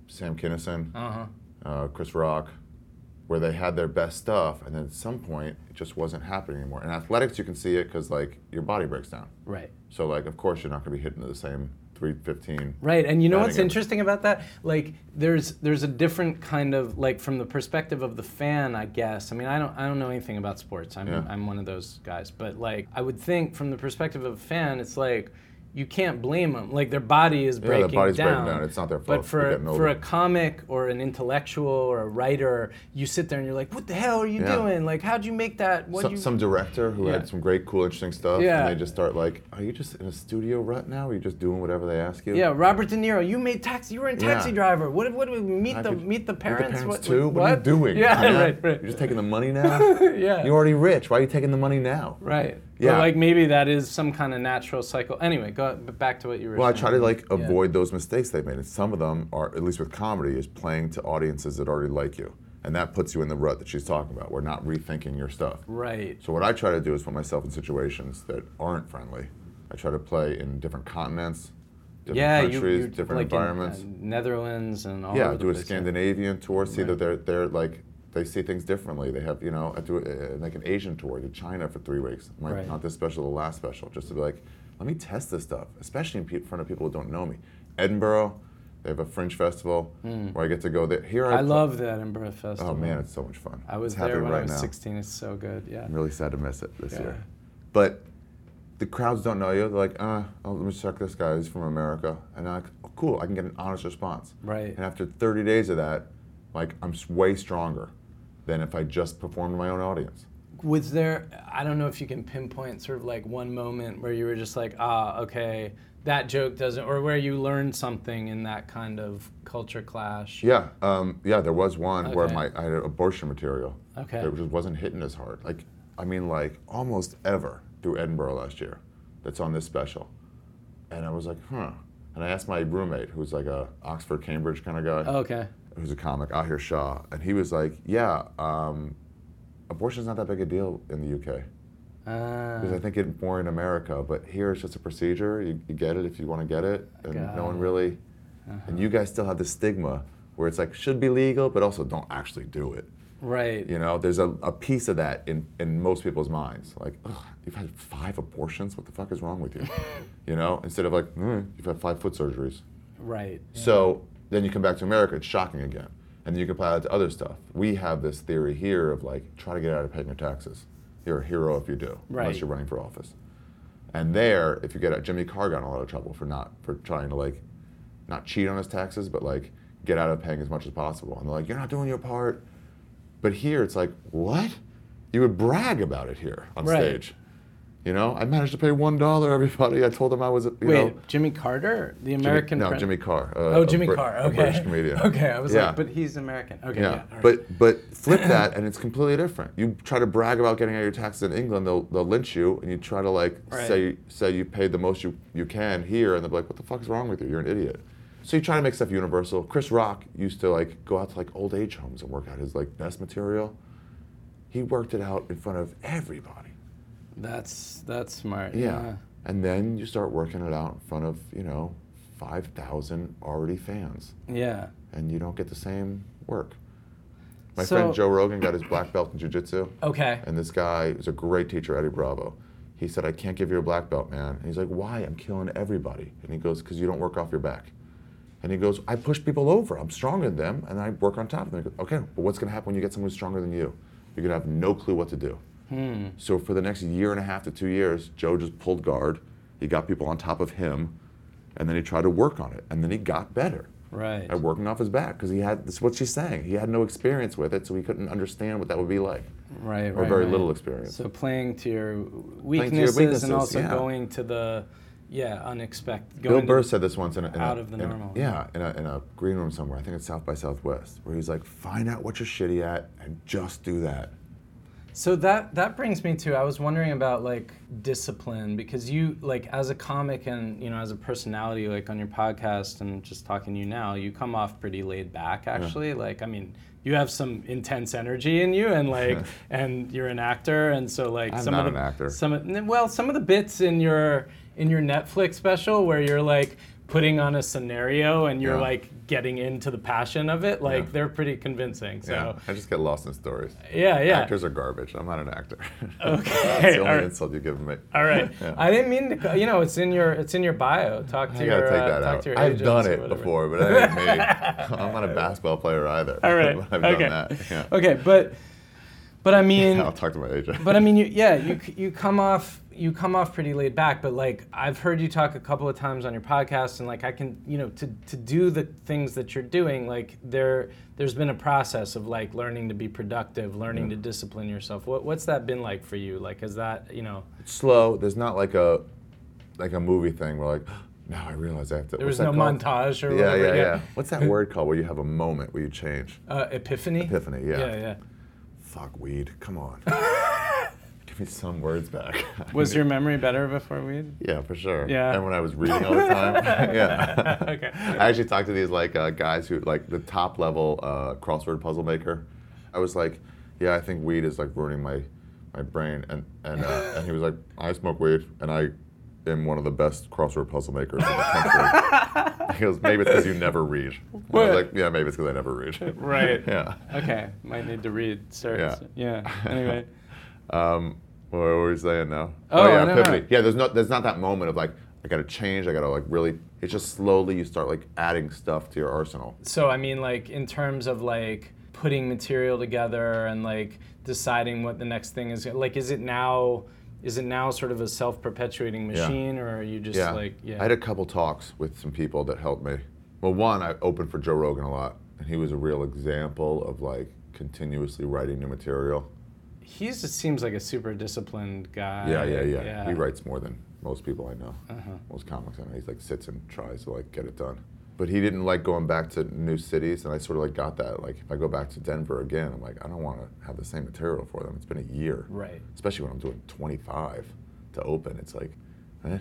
Speaker 2: Sam Kinison, uh, Chris Rock, where they had their best stuff, and then at some point it just wasn't happening anymore. In athletics, you can see it because like your body breaks down.
Speaker 1: Right.
Speaker 2: So like, of course, you're not going to be hitting the same 315.
Speaker 1: Right, and you know
Speaker 2: Batting
Speaker 1: what's
Speaker 2: average.
Speaker 1: interesting about that? Like, there's there's a different kind of like from the perspective of the fan, I guess. I mean, I don't I don't know anything about sports. I'm
Speaker 2: Yeah.
Speaker 1: I'm one of those guys, but like I would think from the perspective of a fan, it's like you can't blame them. Like their body is
Speaker 2: their
Speaker 1: breaking
Speaker 2: body's breaking
Speaker 1: down.
Speaker 2: down. It's not their
Speaker 1: But
Speaker 2: fault. They're
Speaker 1: for
Speaker 2: getting
Speaker 1: for
Speaker 2: older.
Speaker 1: a comic or an intellectual or a writer, you sit there and you're like, what the hell are you
Speaker 2: Yeah.
Speaker 1: doing? Like, how'd you make that? What
Speaker 2: Some,
Speaker 1: you?
Speaker 2: some director who
Speaker 1: Yeah.
Speaker 2: had some great, cool, interesting stuff,
Speaker 1: Yeah.
Speaker 2: and they just start like, "Are you just in a studio rut now? Are you just doing whatever they ask you?"
Speaker 1: yeah, Robert De Niro. You made taxi. You were in
Speaker 2: Yeah.
Speaker 1: Taxi Driver. What? What? do we meet
Speaker 2: I
Speaker 1: the
Speaker 2: could-
Speaker 1: meet the
Speaker 2: With
Speaker 1: parents.
Speaker 2: the
Speaker 1: what,
Speaker 2: parents too? What, are you doing?
Speaker 1: Yeah,
Speaker 2: man?
Speaker 1: right, right.
Speaker 2: You're just taking the money now.
Speaker 1: Yeah.
Speaker 2: You're already rich. Why are you taking the money now?
Speaker 1: Right.
Speaker 2: Yeah.
Speaker 1: But like maybe that is some kind of natural cycle. Anyway, go but back to what you were
Speaker 2: Well, I
Speaker 1: saying.
Speaker 2: try to like avoid those mistakes they made, and some of them are, at least with comedy, is playing to audiences that already like you, and that puts you in the rut that she's talking about. We're not rethinking your stuff.
Speaker 1: Right.
Speaker 2: So what I try to do is put myself in situations that aren't friendly. I try to play in different continents, different
Speaker 1: Yeah, you,
Speaker 2: countries,
Speaker 1: you
Speaker 2: different
Speaker 1: like in, uh,
Speaker 2: environments.
Speaker 1: Netherlands and all
Speaker 2: yeah,
Speaker 1: over
Speaker 2: I
Speaker 1: the
Speaker 2: do a
Speaker 1: place.
Speaker 2: Scandinavian tour. See that they're they're like they see things differently. They have you know I do a, like an Asian tour to China for three weeks. My,
Speaker 1: Right.
Speaker 2: Not this special, the last special, just to be like, let me test this stuff, especially in pe- front of people who don't know me. Edinburgh, they have a Fringe festival where I get to go there. Here I,
Speaker 1: Hmm. I
Speaker 2: pl-
Speaker 1: love that Edinburgh Festival.
Speaker 2: Oh man, it's so much fun.
Speaker 1: I was
Speaker 2: it's
Speaker 1: there
Speaker 2: happening
Speaker 1: when
Speaker 2: right
Speaker 1: I was
Speaker 2: now.
Speaker 1: 16. It's so good. Yeah.
Speaker 2: I'm really sad to miss it this
Speaker 1: Yeah.
Speaker 2: year. But the crowds don't know you. They're like, uh, oh, let me check this guy. He's from America. And I'm like, oh, cool. I can get an honest response.
Speaker 1: Right.
Speaker 2: And after 30 days of that, like, I'm s- way stronger than if I just performed to my own audience.
Speaker 1: Was there? I don't know if you can pinpoint sort of like one moment where you were just like, ah, okay, that joke doesn't, or where you learned something in that kind of culture clash.
Speaker 2: Yeah. Um, yeah, there was one where
Speaker 1: Okay.
Speaker 2: my, I had abortion material.
Speaker 1: Okay.
Speaker 2: It just wasn't hitting as hard. Like, I mean, like, almost ever through Edinburgh last year that's on this special. And I was like, huh. And I asked my roommate, who's like a Oxford, Cambridge kind of guy.
Speaker 1: Oh, Okay.
Speaker 2: who's a comic, Ahir Shah, and he was like, "Yeah, um, abortion's not that big a deal in the UK
Speaker 1: Uh,
Speaker 2: because I think it more in America, but here it's just a procedure. You, you get it if you want to get it, and
Speaker 1: Got
Speaker 2: no one really. And you guys still have the stigma where it's like should be legal, but also don't actually do it.
Speaker 1: right.
Speaker 2: You know, there's a, a piece of that in, in most people's minds. Like, Ugh, you've had five abortions. What the fuck is wrong with you? you know, instead of like, mm, you've had five foot surgeries.
Speaker 1: Right.
Speaker 2: So then you come back to America, it's shocking again. And then you can apply that to other stuff. We have this theory here of like, try to get out of paying your taxes. You're a hero if you do,
Speaker 1: Right.
Speaker 2: unless you're running for office. And there, if you get out, Jimmy Carr got in a lot of trouble for not for trying to like, not cheat on his taxes, but like get out of paying as much as possible. And they're like, you're not doing your part. But here, it's like, what? You would brag about it here on
Speaker 1: Right.
Speaker 2: stage. You know, I managed to pay one dollar. Everybody, I told them I was, you
Speaker 1: Wait,
Speaker 2: know,
Speaker 1: Jimmy Carter, the
Speaker 2: Jimmy-
Speaker 1: American.
Speaker 2: no,
Speaker 1: pre-
Speaker 2: Jimmy Carr. uh,
Speaker 1: Oh,
Speaker 2: a
Speaker 1: Jimmy
Speaker 2: Brit-
Speaker 1: Carr.
Speaker 2: a
Speaker 1: Okay.
Speaker 2: British comedian.
Speaker 1: Okay, I was
Speaker 2: Yeah.
Speaker 1: like, but he's American. Okay, yeah.
Speaker 2: Yeah,
Speaker 1: all right.
Speaker 2: but but flip that, and it's completely different. You try to brag about getting out of your taxes in England, they'll, they'll lynch you, and you try to like
Speaker 1: Right.
Speaker 2: say say you paid the most you, you can here, and they'll be like, "What the fuck is wrong with you? You're an idiot." So you try to make stuff universal. Chris Rock used to like go out to like old age homes and work out his like best material. He worked it out in front of everybody.
Speaker 1: that's that's smart.
Speaker 2: Yeah. And then you start working it out in front of you know five thousand already fans
Speaker 1: Yeah. Yeah.
Speaker 2: and you don't get the same work. My
Speaker 1: So-
Speaker 2: friend Joe Rogan got his black belt in jiu-jitsu,
Speaker 1: Okay.
Speaker 2: and this guy was a great teacher, Eddie Bravo. He said, "I can't give you a black belt, man." And he's like, "Why? I'm killing everybody." And he goes, "Because you don't work off your back." And he goes, I push people over. I'm stronger than them, and I work on top of them. I go, okay, but what's going to happen when you get someone who's stronger than you? You're going to have no clue what to do. So for the next year and a half to two years, Joe just pulled guard. He got people on top of him, and then he tried to work on it, and then he got better
Speaker 1: Right.
Speaker 2: at working off his back because he had this is what she's saying. He had no experience with it, so he couldn't understand what that would be like.
Speaker 1: Right.
Speaker 2: or
Speaker 1: right,
Speaker 2: very
Speaker 1: right.
Speaker 2: little experience.
Speaker 1: So playing to your weaknesses,
Speaker 2: weaknesses,
Speaker 1: and also
Speaker 2: yeah.
Speaker 1: going to the yeah unexpected.
Speaker 2: Bill
Speaker 1: Going
Speaker 2: Burr
Speaker 1: to,
Speaker 2: said this once in a, in a-
Speaker 1: out of the
Speaker 2: in a-
Speaker 1: normal.
Speaker 2: yeah, in a, in a green room somewhere. I think it's South by Southwest, where he's like, find out what you're shitty at and just do that.
Speaker 1: So that that brings me to I was wondering about like discipline because you like as a comic and you know as a personality like on your podcast and just talking to you now you come off pretty laid back actually like I mean you have some intense energy in you and like and you're an actor and so like
Speaker 2: I'm
Speaker 1: some
Speaker 2: not
Speaker 1: of the,
Speaker 2: an actor.
Speaker 1: some of- n- well some of the bits in your in your Netflix special where you're like putting on a scenario and you're
Speaker 2: Yeah.
Speaker 1: like getting into the passion of it like
Speaker 2: Yeah.
Speaker 1: they're pretty convincing so
Speaker 2: Yeah, I just get lost in stories.
Speaker 1: yeah yeah
Speaker 2: Actors are garbage. I'm not an actor.
Speaker 1: okay
Speaker 2: That's the only
Speaker 1: all right.
Speaker 2: insult you give me.
Speaker 1: All right.
Speaker 2: Yeah.
Speaker 1: I didn't mean to. co- You know, it's in your it's in your bio. Talk to
Speaker 2: I
Speaker 1: your
Speaker 2: gotta take
Speaker 1: uh,
Speaker 2: that
Speaker 1: talk
Speaker 2: out.
Speaker 1: to your
Speaker 2: I've
Speaker 1: agents
Speaker 2: done
Speaker 1: or
Speaker 2: it
Speaker 1: whatever.
Speaker 2: before, but that ain't me. I'm not a basketball player either.
Speaker 1: All right.
Speaker 2: but I've
Speaker 1: okay.
Speaker 2: done that. Yeah.
Speaker 1: Okay, but but I mean,
Speaker 2: I'll talk to my agent.
Speaker 1: but I mean, you yeah, you c- you come off you come off pretty laid back, but like I've heard you talk a couple of times on your podcast, and like I can you know to to do the things that you're doing, like there there's been a process of like learning to be productive, learning to discipline yourself. What what's that been like for you? Like, is that you know
Speaker 2: slow. There's not like a like a movie thing where like now I realize I have to.
Speaker 1: there was no
Speaker 2: what's that called?
Speaker 1: montage or
Speaker 2: Yeah,
Speaker 1: whatever?
Speaker 2: yeah, yeah. What's that word called where you have a moment where you change?
Speaker 1: Uh, epiphany.
Speaker 2: Epiphany. Yeah.
Speaker 1: Yeah, yeah.
Speaker 2: Fuck weed. Come on. Give me some words back.
Speaker 1: Was your memory better before weed?
Speaker 2: yeah, for sure.
Speaker 1: Yeah.
Speaker 2: And when I was reading all the time. yeah.
Speaker 1: Okay.
Speaker 2: I actually talked to these like uh, guys who like the top level uh, crossword puzzle maker. I was like, yeah, I think weed is like ruining my my brain, and and uh, and he was like, I smoke weed, and I am one of the best crossword puzzle makers in the country. he goes, maybe it's because you never read. And I was
Speaker 1: What?
Speaker 2: like, yeah, maybe it's because I never read.
Speaker 1: Right.
Speaker 2: yeah.
Speaker 1: Okay. Might need to read. Search. Yeah. Anyway.
Speaker 2: Um, what were we saying now?
Speaker 1: Oh,
Speaker 2: yeah,
Speaker 1: no, no.
Speaker 2: epiphany. Yeah, there's not there's not that moment of like I gotta change. I gotta like really. It's just slowly you start like adding stuff to your arsenal.
Speaker 1: So I mean, like in terms of like putting material together and like deciding what the next thing is. Like, is it now? Is it now sort of a self-perpetuating machine, or are you just
Speaker 2: Yeah.
Speaker 1: like yeah?
Speaker 2: I had a couple talks with some people that helped me. Well, one, I opened for Joe Rogan a lot, and he was a real example of like continuously writing new material.
Speaker 1: he just seems like a super disciplined guy.
Speaker 2: Yeah, yeah, yeah. He writes more than most people I know.
Speaker 1: Uh-huh.
Speaker 2: Most comics I know. He's like sits and tries to like get it done. But he didn't like going back to new cities, and I sort of like got that. Like if I go back to Denver again, I'm like I don't want to have the same material for them. It's been a year,
Speaker 1: Right.
Speaker 2: especially when I'm doing 25 to open. It's like, eh?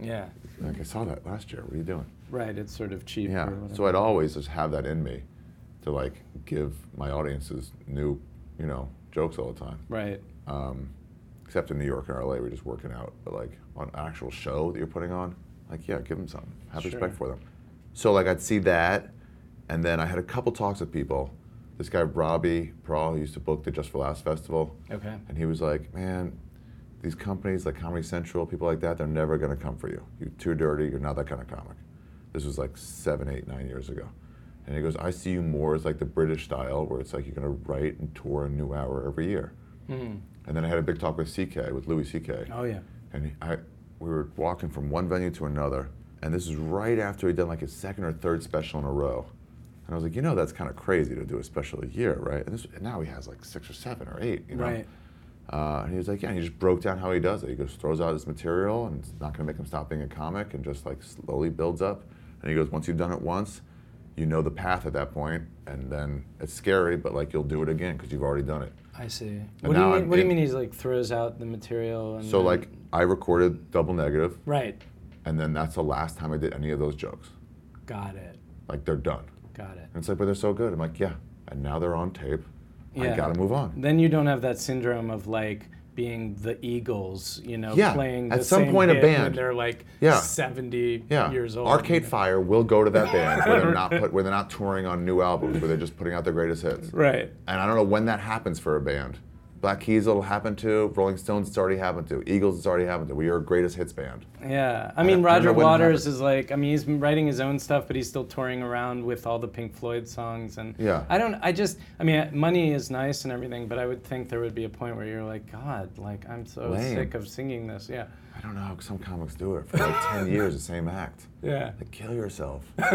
Speaker 1: Yeah.
Speaker 2: like I saw that last year. What are you doing?
Speaker 1: Right. It's sort of cheap.
Speaker 2: Yeah.
Speaker 1: Or whatever.
Speaker 2: So I'd always just have that in me to like give my audiences new, you know, jokes all the time.
Speaker 1: right.
Speaker 2: Um, except in New York and LA, we're just working out. But like on an actual show that you're putting on, like yeah, give them something. Have
Speaker 1: Sure.
Speaker 2: respect for them. So like I'd see that, and then I had a couple talks with people. This guy Robbie Prahl, who used to book the Just for Last festival,
Speaker 1: Okay.
Speaker 2: and he was like, man. These companies like Comedy Central, people like that, they're never gonna come for you. You're too dirty, you're not that kind of comic. This was like seven, eight, nine years ago. And he goes, I see you more as like the British style, where it's like you're gonna write and tour a new hour every year.
Speaker 1: Mm-hmm.
Speaker 2: And then I had a big talk with CK, with Louis CK.
Speaker 1: Oh yeah.
Speaker 2: And I, we were walking from one venue to another. And this is right after he'd done like his second or third special in a row. And I was like, you know, that's kind of crazy to do a special a year, right? And, this, and now he has like six or seven or eight, you know?
Speaker 1: Right.
Speaker 2: Uh, and he was like, yeah, and he just broke down how he does it. He goes, throws out his material and it's not going to make him stop being a comic and just like slowly builds up. And he goes, once you've done it once, you know the path at that point, and then it's scary, but like you'll do it again because you've already done it.
Speaker 1: I see. What do you
Speaker 2: now
Speaker 1: mean?
Speaker 2: I'm
Speaker 1: what do you
Speaker 2: in-
Speaker 1: mean? He's like throws out the material and
Speaker 2: So
Speaker 1: then-
Speaker 2: like I recorded double negative,
Speaker 1: right.
Speaker 2: and then that's the last time I did any of those jokes.
Speaker 1: Got it.
Speaker 2: Like they're done.
Speaker 1: Got it.
Speaker 2: And it's like, but they're so good. I'm like, yeah. And now they're on tape.
Speaker 1: Yeah.
Speaker 2: I gotta move on.
Speaker 1: Then you don't have that syndrome of like being the Eagles, you know,
Speaker 2: Yeah,
Speaker 1: playing
Speaker 2: at
Speaker 1: the
Speaker 2: some
Speaker 1: same
Speaker 2: point a
Speaker 1: hit when
Speaker 2: band.
Speaker 1: they're like
Speaker 2: Yeah.
Speaker 1: 70
Speaker 2: Yeah.
Speaker 1: years old.
Speaker 2: Arcade Fire will go to that band where they're not put, where they're not touring on new albums, where they're just putting out their greatest hits.
Speaker 1: Right.
Speaker 2: And I don't know when that happens for a band. Black Keys it'll happen to. Rolling Stones it's already happened to. Eagles it's already happened to. We are a greatest hits band.
Speaker 1: Yeah, I mean
Speaker 2: don't
Speaker 1: Roger
Speaker 2: know when it
Speaker 1: Waters
Speaker 2: happened.
Speaker 1: is like, I mean he's been writing his own stuff, but he's still touring around with all the Pink Floyd songs, and
Speaker 2: Yeah.
Speaker 1: I don't, I just, I mean money is nice and everything, but I would think there would be a point where you're like, God, like I'm so
Speaker 2: Lame.
Speaker 1: sick of singing this, yeah,
Speaker 2: I don't know how some comics do it for like ten years the same act.
Speaker 1: yeah,
Speaker 2: Like kill yourself.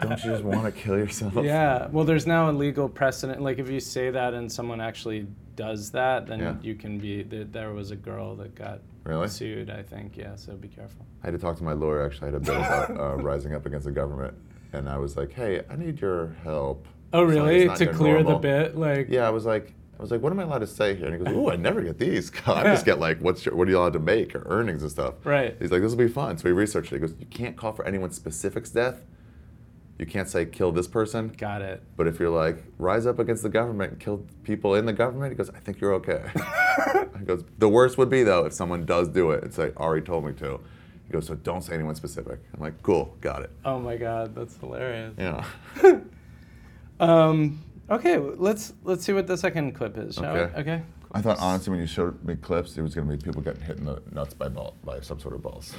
Speaker 2: don't you just want to kill yourself?
Speaker 1: yeah. Well, there's now a legal precedent. Like if you say that and someone actually does that, then
Speaker 2: Yeah.
Speaker 1: you can be. There, there was a girl that got
Speaker 2: Really?
Speaker 1: sued, I think. Yeah, so be careful.
Speaker 2: I had to talk to my lawyer actually. I had a bill about uh, rising up against the government, and I was like, "Hey, I need your help."
Speaker 1: Oh
Speaker 2: It's not-
Speaker 1: really?
Speaker 2: it's not
Speaker 1: to
Speaker 2: your
Speaker 1: clear
Speaker 2: normal.
Speaker 1: the bit, like
Speaker 2: Yeah, I was like, I was like, "What am I allowed to say here?" And he goes, "Ooh, I never get these. God, I just get like, what's your, what are you allowed to make or earnings and stuff?"
Speaker 1: Right.
Speaker 2: He's like, "This will be fun." So he researched it. He goes, "You can't call for anyone's specific's death. You can't say kill this person."
Speaker 1: got it.
Speaker 2: But if you're like, rise up against the government and kill people in the government, he goes, I think you're okay. he goes, the worst would be though if someone does do it. It's like, Ari told me to. He goes, so don't say anyone specific. I'm like, cool, got it.
Speaker 1: Oh my God, that's hilarious.
Speaker 2: Yeah.
Speaker 1: Um, okay, w- let's let's see what the second clip is, shall
Speaker 2: Okay.
Speaker 1: we? Okay.
Speaker 2: I thought honestly when you showed me clips, it was gonna be people getting hit in the nuts by ball by some sort of balls.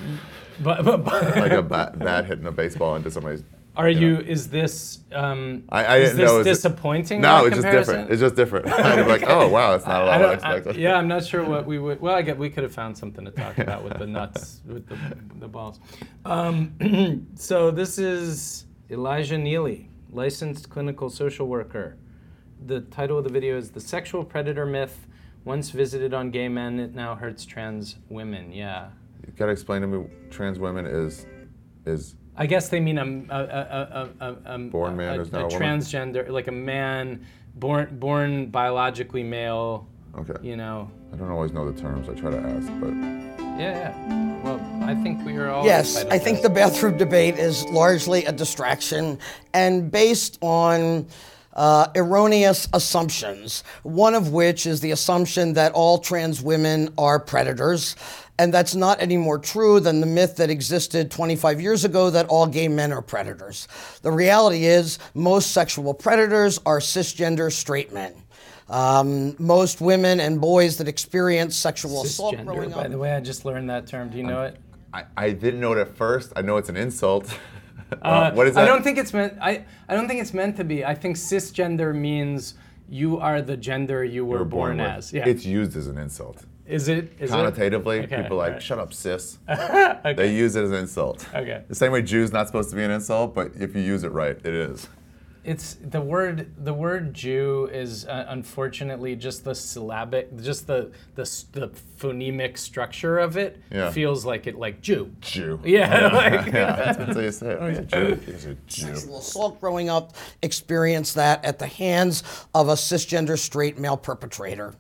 Speaker 1: But, but, but
Speaker 2: like a bat, bat hitting a baseball into somebody's
Speaker 1: are
Speaker 2: you
Speaker 1: you?
Speaker 2: know.
Speaker 1: Is this um?
Speaker 2: I- I
Speaker 1: is
Speaker 2: didn't
Speaker 1: this
Speaker 2: know, is it-
Speaker 1: disappointing?
Speaker 2: No,
Speaker 1: by
Speaker 2: it's just
Speaker 1: comparison?
Speaker 2: different. It's just different. I'm like, oh wow, that's not at all what I
Speaker 1: don't- I-
Speaker 2: expected.
Speaker 1: yeah, I'm not sure what we would. Well, I get we could have found something to talk about with the nuts, with the, the balls. Um, so this is Elijah Neely, licensed clinical social worker. The title of the video is "The Sexual Predator Myth." Once visited on gay men, it now hurts trans women. Yeah,
Speaker 2: You gotta explain to me trans women is is
Speaker 1: I guess they mean a a- a, a, a, a, a
Speaker 2: Born man
Speaker 1: a,
Speaker 2: is now
Speaker 1: a
Speaker 2: a woman?
Speaker 1: transgender, like a man born born biologically male.
Speaker 2: okay.
Speaker 1: You know.
Speaker 2: I don't always know the terms. I try to ask, but
Speaker 1: Yeah, yeah. Well, I think we are all.
Speaker 4: Yes,
Speaker 1: entitled
Speaker 4: I
Speaker 1: to
Speaker 4: think
Speaker 1: it.
Speaker 4: the bathroom debate is largely a distraction and based on uh, erroneous assumptions. One of which is the assumption that all trans women are predators. And that's not any more true than the myth that existed 25 years ago that all gay men are predators. The reality is, most sexual predators are cisgender straight men. Um, most women and boys that experience sexual assault growing
Speaker 1: Cisgender,
Speaker 4: up.
Speaker 1: by the way, I just learned that term. Do you know it?
Speaker 2: I, I didn't know it at first. I know it's an insult. Uh,
Speaker 1: Uh,
Speaker 2: what is
Speaker 1: I
Speaker 2: that?
Speaker 1: don't think it's meant. I, I don't think it's meant to be. I think cisgender means you are the gender you were,
Speaker 2: we're
Speaker 1: born,
Speaker 2: with.
Speaker 1: as. Yeah.
Speaker 2: It's used as an insult.
Speaker 1: is it? Is
Speaker 2: Connotatively,
Speaker 1: it? Okay,
Speaker 2: people are like,
Speaker 1: alright.
Speaker 2: shut up, sis.
Speaker 1: Okay.
Speaker 2: They use it as an insult.
Speaker 1: Okay.
Speaker 2: The same way Jews not supposed to be an insult, but if you use it right, it is.
Speaker 1: It's the word. The word Jew is uh, unfortunately just the syllabic, just the the s- the phonemic structure of it
Speaker 2: Yeah.
Speaker 1: feels like it like Jew.
Speaker 2: Jew.
Speaker 1: Yeah. like-
Speaker 2: Yeah, that's that's how you say it. Oh, he's a Jew. He's a Jew.
Speaker 4: sexual assault growing up, experienced that at the hands of a cisgender straight male perpetrator.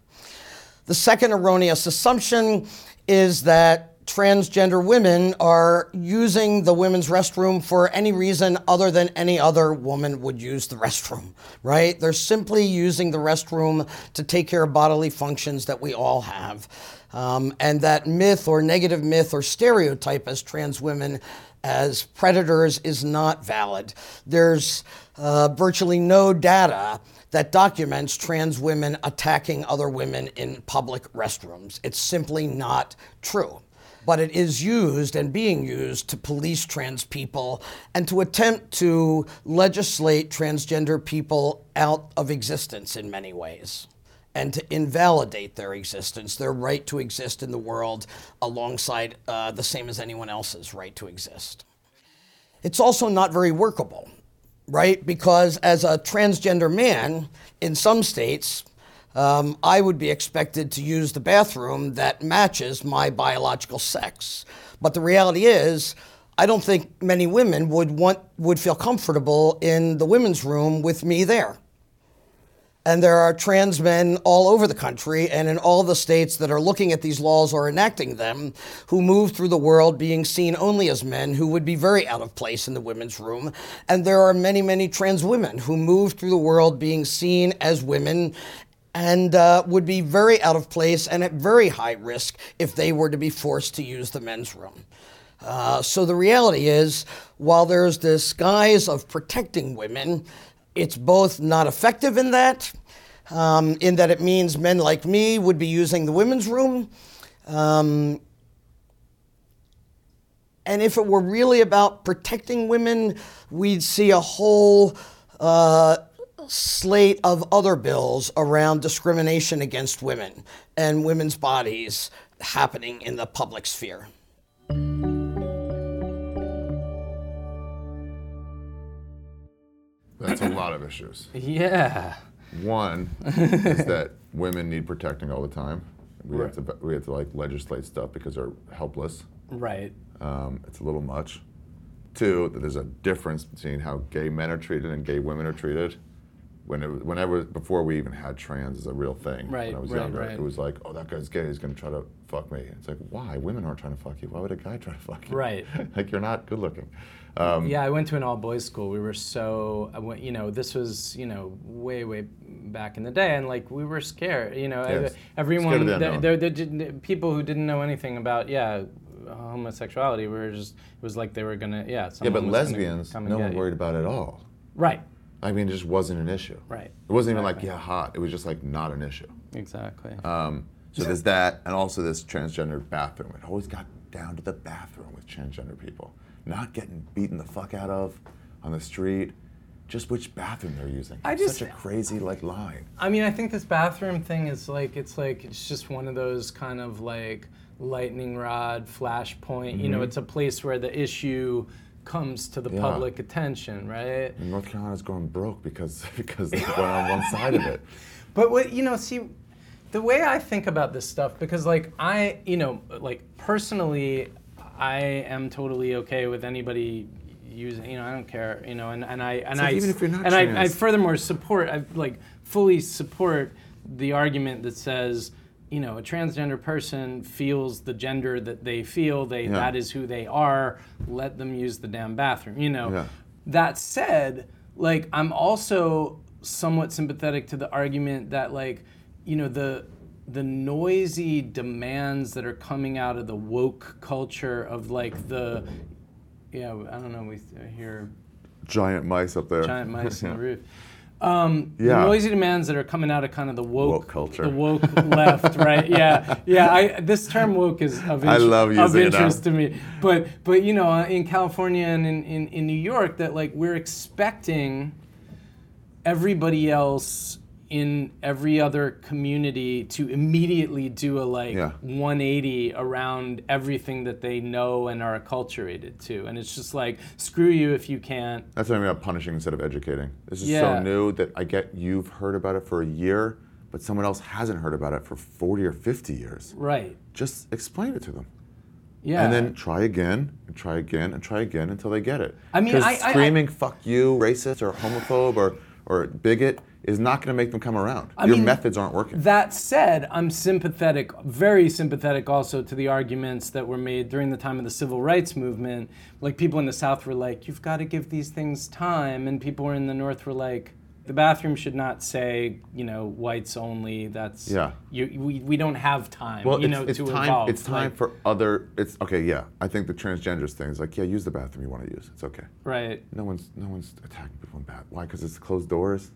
Speaker 4: The second erroneous assumption is that transgender women are using the women's restroom for any reason other than any other woman would use the restroom, right? They're simply using the restroom to take care of bodily functions that we all have. Um, and that myth or negative myth or stereotype as trans women as predators is not valid. There's uh, virtually no data that documents trans women attacking other women in public restrooms. It's simply not true. But it is used and being used to police trans people and to attempt to legislate transgender people out of existence in many ways and to invalidate their existence, their right to exist in the world alongside uh, the same as anyone else's right to exist it's also not very workable, right? Because as a transgender man, in some states, um, I would be expected to use the bathroom that matches my biological sex. But the reality is, I don't think many women would want would feel comfortable in the women's room with me there. And there are trans men all over the country and in all the states that are looking at these laws or enacting them who move through the world being seen only as men who would be very out of place in the women's room. And there are many, many trans women who move through the world being seen as women and uh, would be very out of place and at very high risk if they were to be forced to use the men's room. Uh, so the reality is, while there's this guise of protecting women, it's both not effective in that, um, in that it means men like me would be using the women's room. Um, and if it were really about protecting women, we'd see a whole uh, slate of other bills around discrimination against women and women's bodies happening in the public sphere.
Speaker 2: That's a lot of issues.
Speaker 1: Yeah.
Speaker 2: One is that women need protecting all the time. We have to we have to like legislate stuff because they're helpless.
Speaker 1: Right.
Speaker 2: Um, it's a little much. Two, that there's a difference between how gay men are treated and gay women are treated. When it, whenever before we even had trans as a real thing,
Speaker 1: Right,
Speaker 2: when I was
Speaker 1: right,
Speaker 2: younger,
Speaker 1: right.
Speaker 2: it was like, oh, that guy's gay. He's gonna try to fuck me. It's like, why? Women aren't trying to fuck you. Why would a guy try to fuck you?
Speaker 1: Right.
Speaker 2: like you're not good looking. Um,
Speaker 1: Yeah, I went to an all boys school. We were so, I went, you know, this was, you know, way, way back in the day, and like we were scared, you know, ev-
Speaker 2: Yes. Scared
Speaker 1: everyone,
Speaker 2: of the unknown.
Speaker 1: there, there, didn't- people who didn't know anything about, yeah, homosexuality were just, it was like they were gonna, yeah.
Speaker 2: yeah,
Speaker 1: someone
Speaker 2: but
Speaker 1: was gonna
Speaker 2: lesbians,
Speaker 1: come and
Speaker 2: no
Speaker 1: get
Speaker 2: one
Speaker 1: you.
Speaker 2: worried about at all.
Speaker 1: Right,
Speaker 2: I mean, it just wasn't an issue.
Speaker 1: Right.
Speaker 2: It wasn't even like, yeah, hot. It was just like not an issue.
Speaker 1: exactly.
Speaker 2: Um, so there's that, and also this transgender bathroom. It always got down to the bathroom with transgender people, not getting beaten the fuck out of on the street. Just which bathroom they're using.
Speaker 1: I
Speaker 2: It's
Speaker 1: just-
Speaker 2: such a crazy like line.
Speaker 1: I mean, I think this bathroom thing is like it's like it's just one of those kind of like lightning rod flashpoint. You know, it's a place where the issue comes to the
Speaker 2: Mm-hmm. Yeah.
Speaker 1: public attention, right?
Speaker 2: And North Carolina's going broke because because they're going on one side of it.
Speaker 1: But what you know, see, the way I think about this stuff, because like I, you know, like personally, I am totally okay with anybody using. You know, I don't care. You know, and and I and
Speaker 2: like
Speaker 1: I
Speaker 2: even if you're not
Speaker 1: and I, I
Speaker 2: trans.
Speaker 1: furthermore support. I like fully support the argument that says. You know, a transgender person feels the gender that they feel. They
Speaker 2: Yeah.
Speaker 1: that is who they are. Let them use the damn bathroom. You know,
Speaker 2: Yeah.
Speaker 1: that said, like I'm also somewhat sympathetic to the argument that like, you know, the the noisy demands that are coming out of the woke culture of like the yeah, I don't know, we hear
Speaker 2: Giant mice up there.
Speaker 1: giant mice on the roof.
Speaker 2: yeah.
Speaker 1: The noisy demands that are coming out of kind of the woke,
Speaker 2: Woke culture.
Speaker 1: the woke left, right? Yeah, yeah. I, this term woke is of,
Speaker 2: I
Speaker 1: inter-
Speaker 2: love
Speaker 1: of
Speaker 2: using it now.
Speaker 1: interest to me, but but you know, uh, in California and in, in, in New York, that like we're expecting everybody else in every other community to immediately do a like
Speaker 2: Yeah.
Speaker 1: 180 around everything that they know and are acculturated to, and it's just like screw you if you can't.
Speaker 2: That's what I mean about punishing instead of educating. This is
Speaker 1: Yeah.
Speaker 2: so new that I get you've heard about it for a year, but someone else hasn't heard about it for 40 or 50 years.
Speaker 1: Right.
Speaker 2: Just explain it to them.
Speaker 1: Yeah.
Speaker 2: And then try again, and try again, and try again until they get it.
Speaker 1: I mean,
Speaker 2: 'Cause
Speaker 1: I- I- I-
Speaker 2: screaming "fuck you," racist, or homophobe, or or bigot is not going to make them come around. Your
Speaker 1: mean,
Speaker 2: methods aren't working.
Speaker 1: That said, I'm sympathetic, very sympathetic also to the arguments that were made during the time of the civil rights movement. Like people in the South were like, you've got to give these things time. And people in the North were like, the bathroom should not say, you know, whites only. That's,
Speaker 2: Yeah.
Speaker 1: you, we, we don't have time,
Speaker 2: well,
Speaker 1: you
Speaker 2: it's,
Speaker 1: know,
Speaker 2: it's
Speaker 1: to
Speaker 2: time.
Speaker 1: evolve.
Speaker 2: It's time
Speaker 1: Like,
Speaker 2: for other. It's okay. Yeah, I think the transgenders thing is like, yeah, use the bathroom you want to use. It's okay.
Speaker 1: Right.
Speaker 2: No one's no one's attacking people in bath. Why? Because it's closed doors.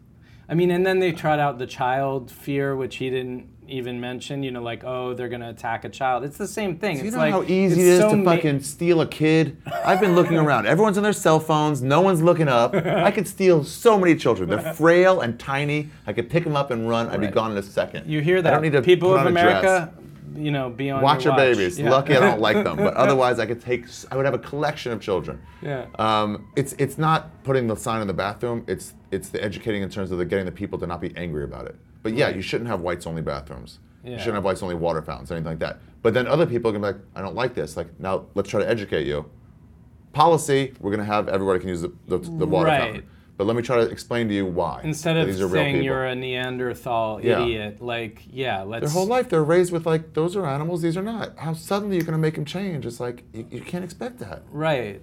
Speaker 1: I mean, and then they trot out the child fear, which he didn't even mention, you know, like, oh, they're going to attack a child. It's the same thing.
Speaker 2: Do you
Speaker 1: it's
Speaker 2: know
Speaker 1: like,
Speaker 2: how easy
Speaker 1: it's
Speaker 2: it is
Speaker 1: so
Speaker 2: to
Speaker 1: ma-
Speaker 2: fucking steal a kid? I've been looking around. Everyone's on their cell phones. No one's looking up. I could steal so many children. They're frail and tiny. I could pick them up and run. I'd be gone in a second.
Speaker 1: You hear that?
Speaker 2: I don't need to
Speaker 1: People
Speaker 2: put
Speaker 1: of
Speaker 2: on a dress.
Speaker 1: America, you know, be on
Speaker 2: Watch your
Speaker 1: your watch.
Speaker 2: babies.
Speaker 1: Yeah.
Speaker 2: Lucky I don't like them, but otherwise I could take. s- I would have a collection of children.
Speaker 1: Yeah.
Speaker 2: Um, it's it's not putting the sign in the bathroom. It's it's the educating in terms of the getting the people to not be angry about it. But yeah, you shouldn't have whites only bathrooms.
Speaker 1: Yeah.
Speaker 2: You shouldn't have whites only water fountains, anything like that. But then other people can be like, I don't like this. Like now, let's try to educate you. Policy: We're gonna have everybody can use the, the, the water
Speaker 1: Right.
Speaker 2: fountain. But let me try to explain to you why.
Speaker 1: Instead
Speaker 2: that
Speaker 1: of
Speaker 2: these are real
Speaker 1: saying
Speaker 2: people.
Speaker 1: you're a Neanderthal
Speaker 2: Yeah.
Speaker 1: idiot, like, yeah, let's.
Speaker 2: Their whole life, they're raised with like, those are animals, these are not. How suddenly you're gonna make them change? It's like you, you can't expect that.
Speaker 1: Right.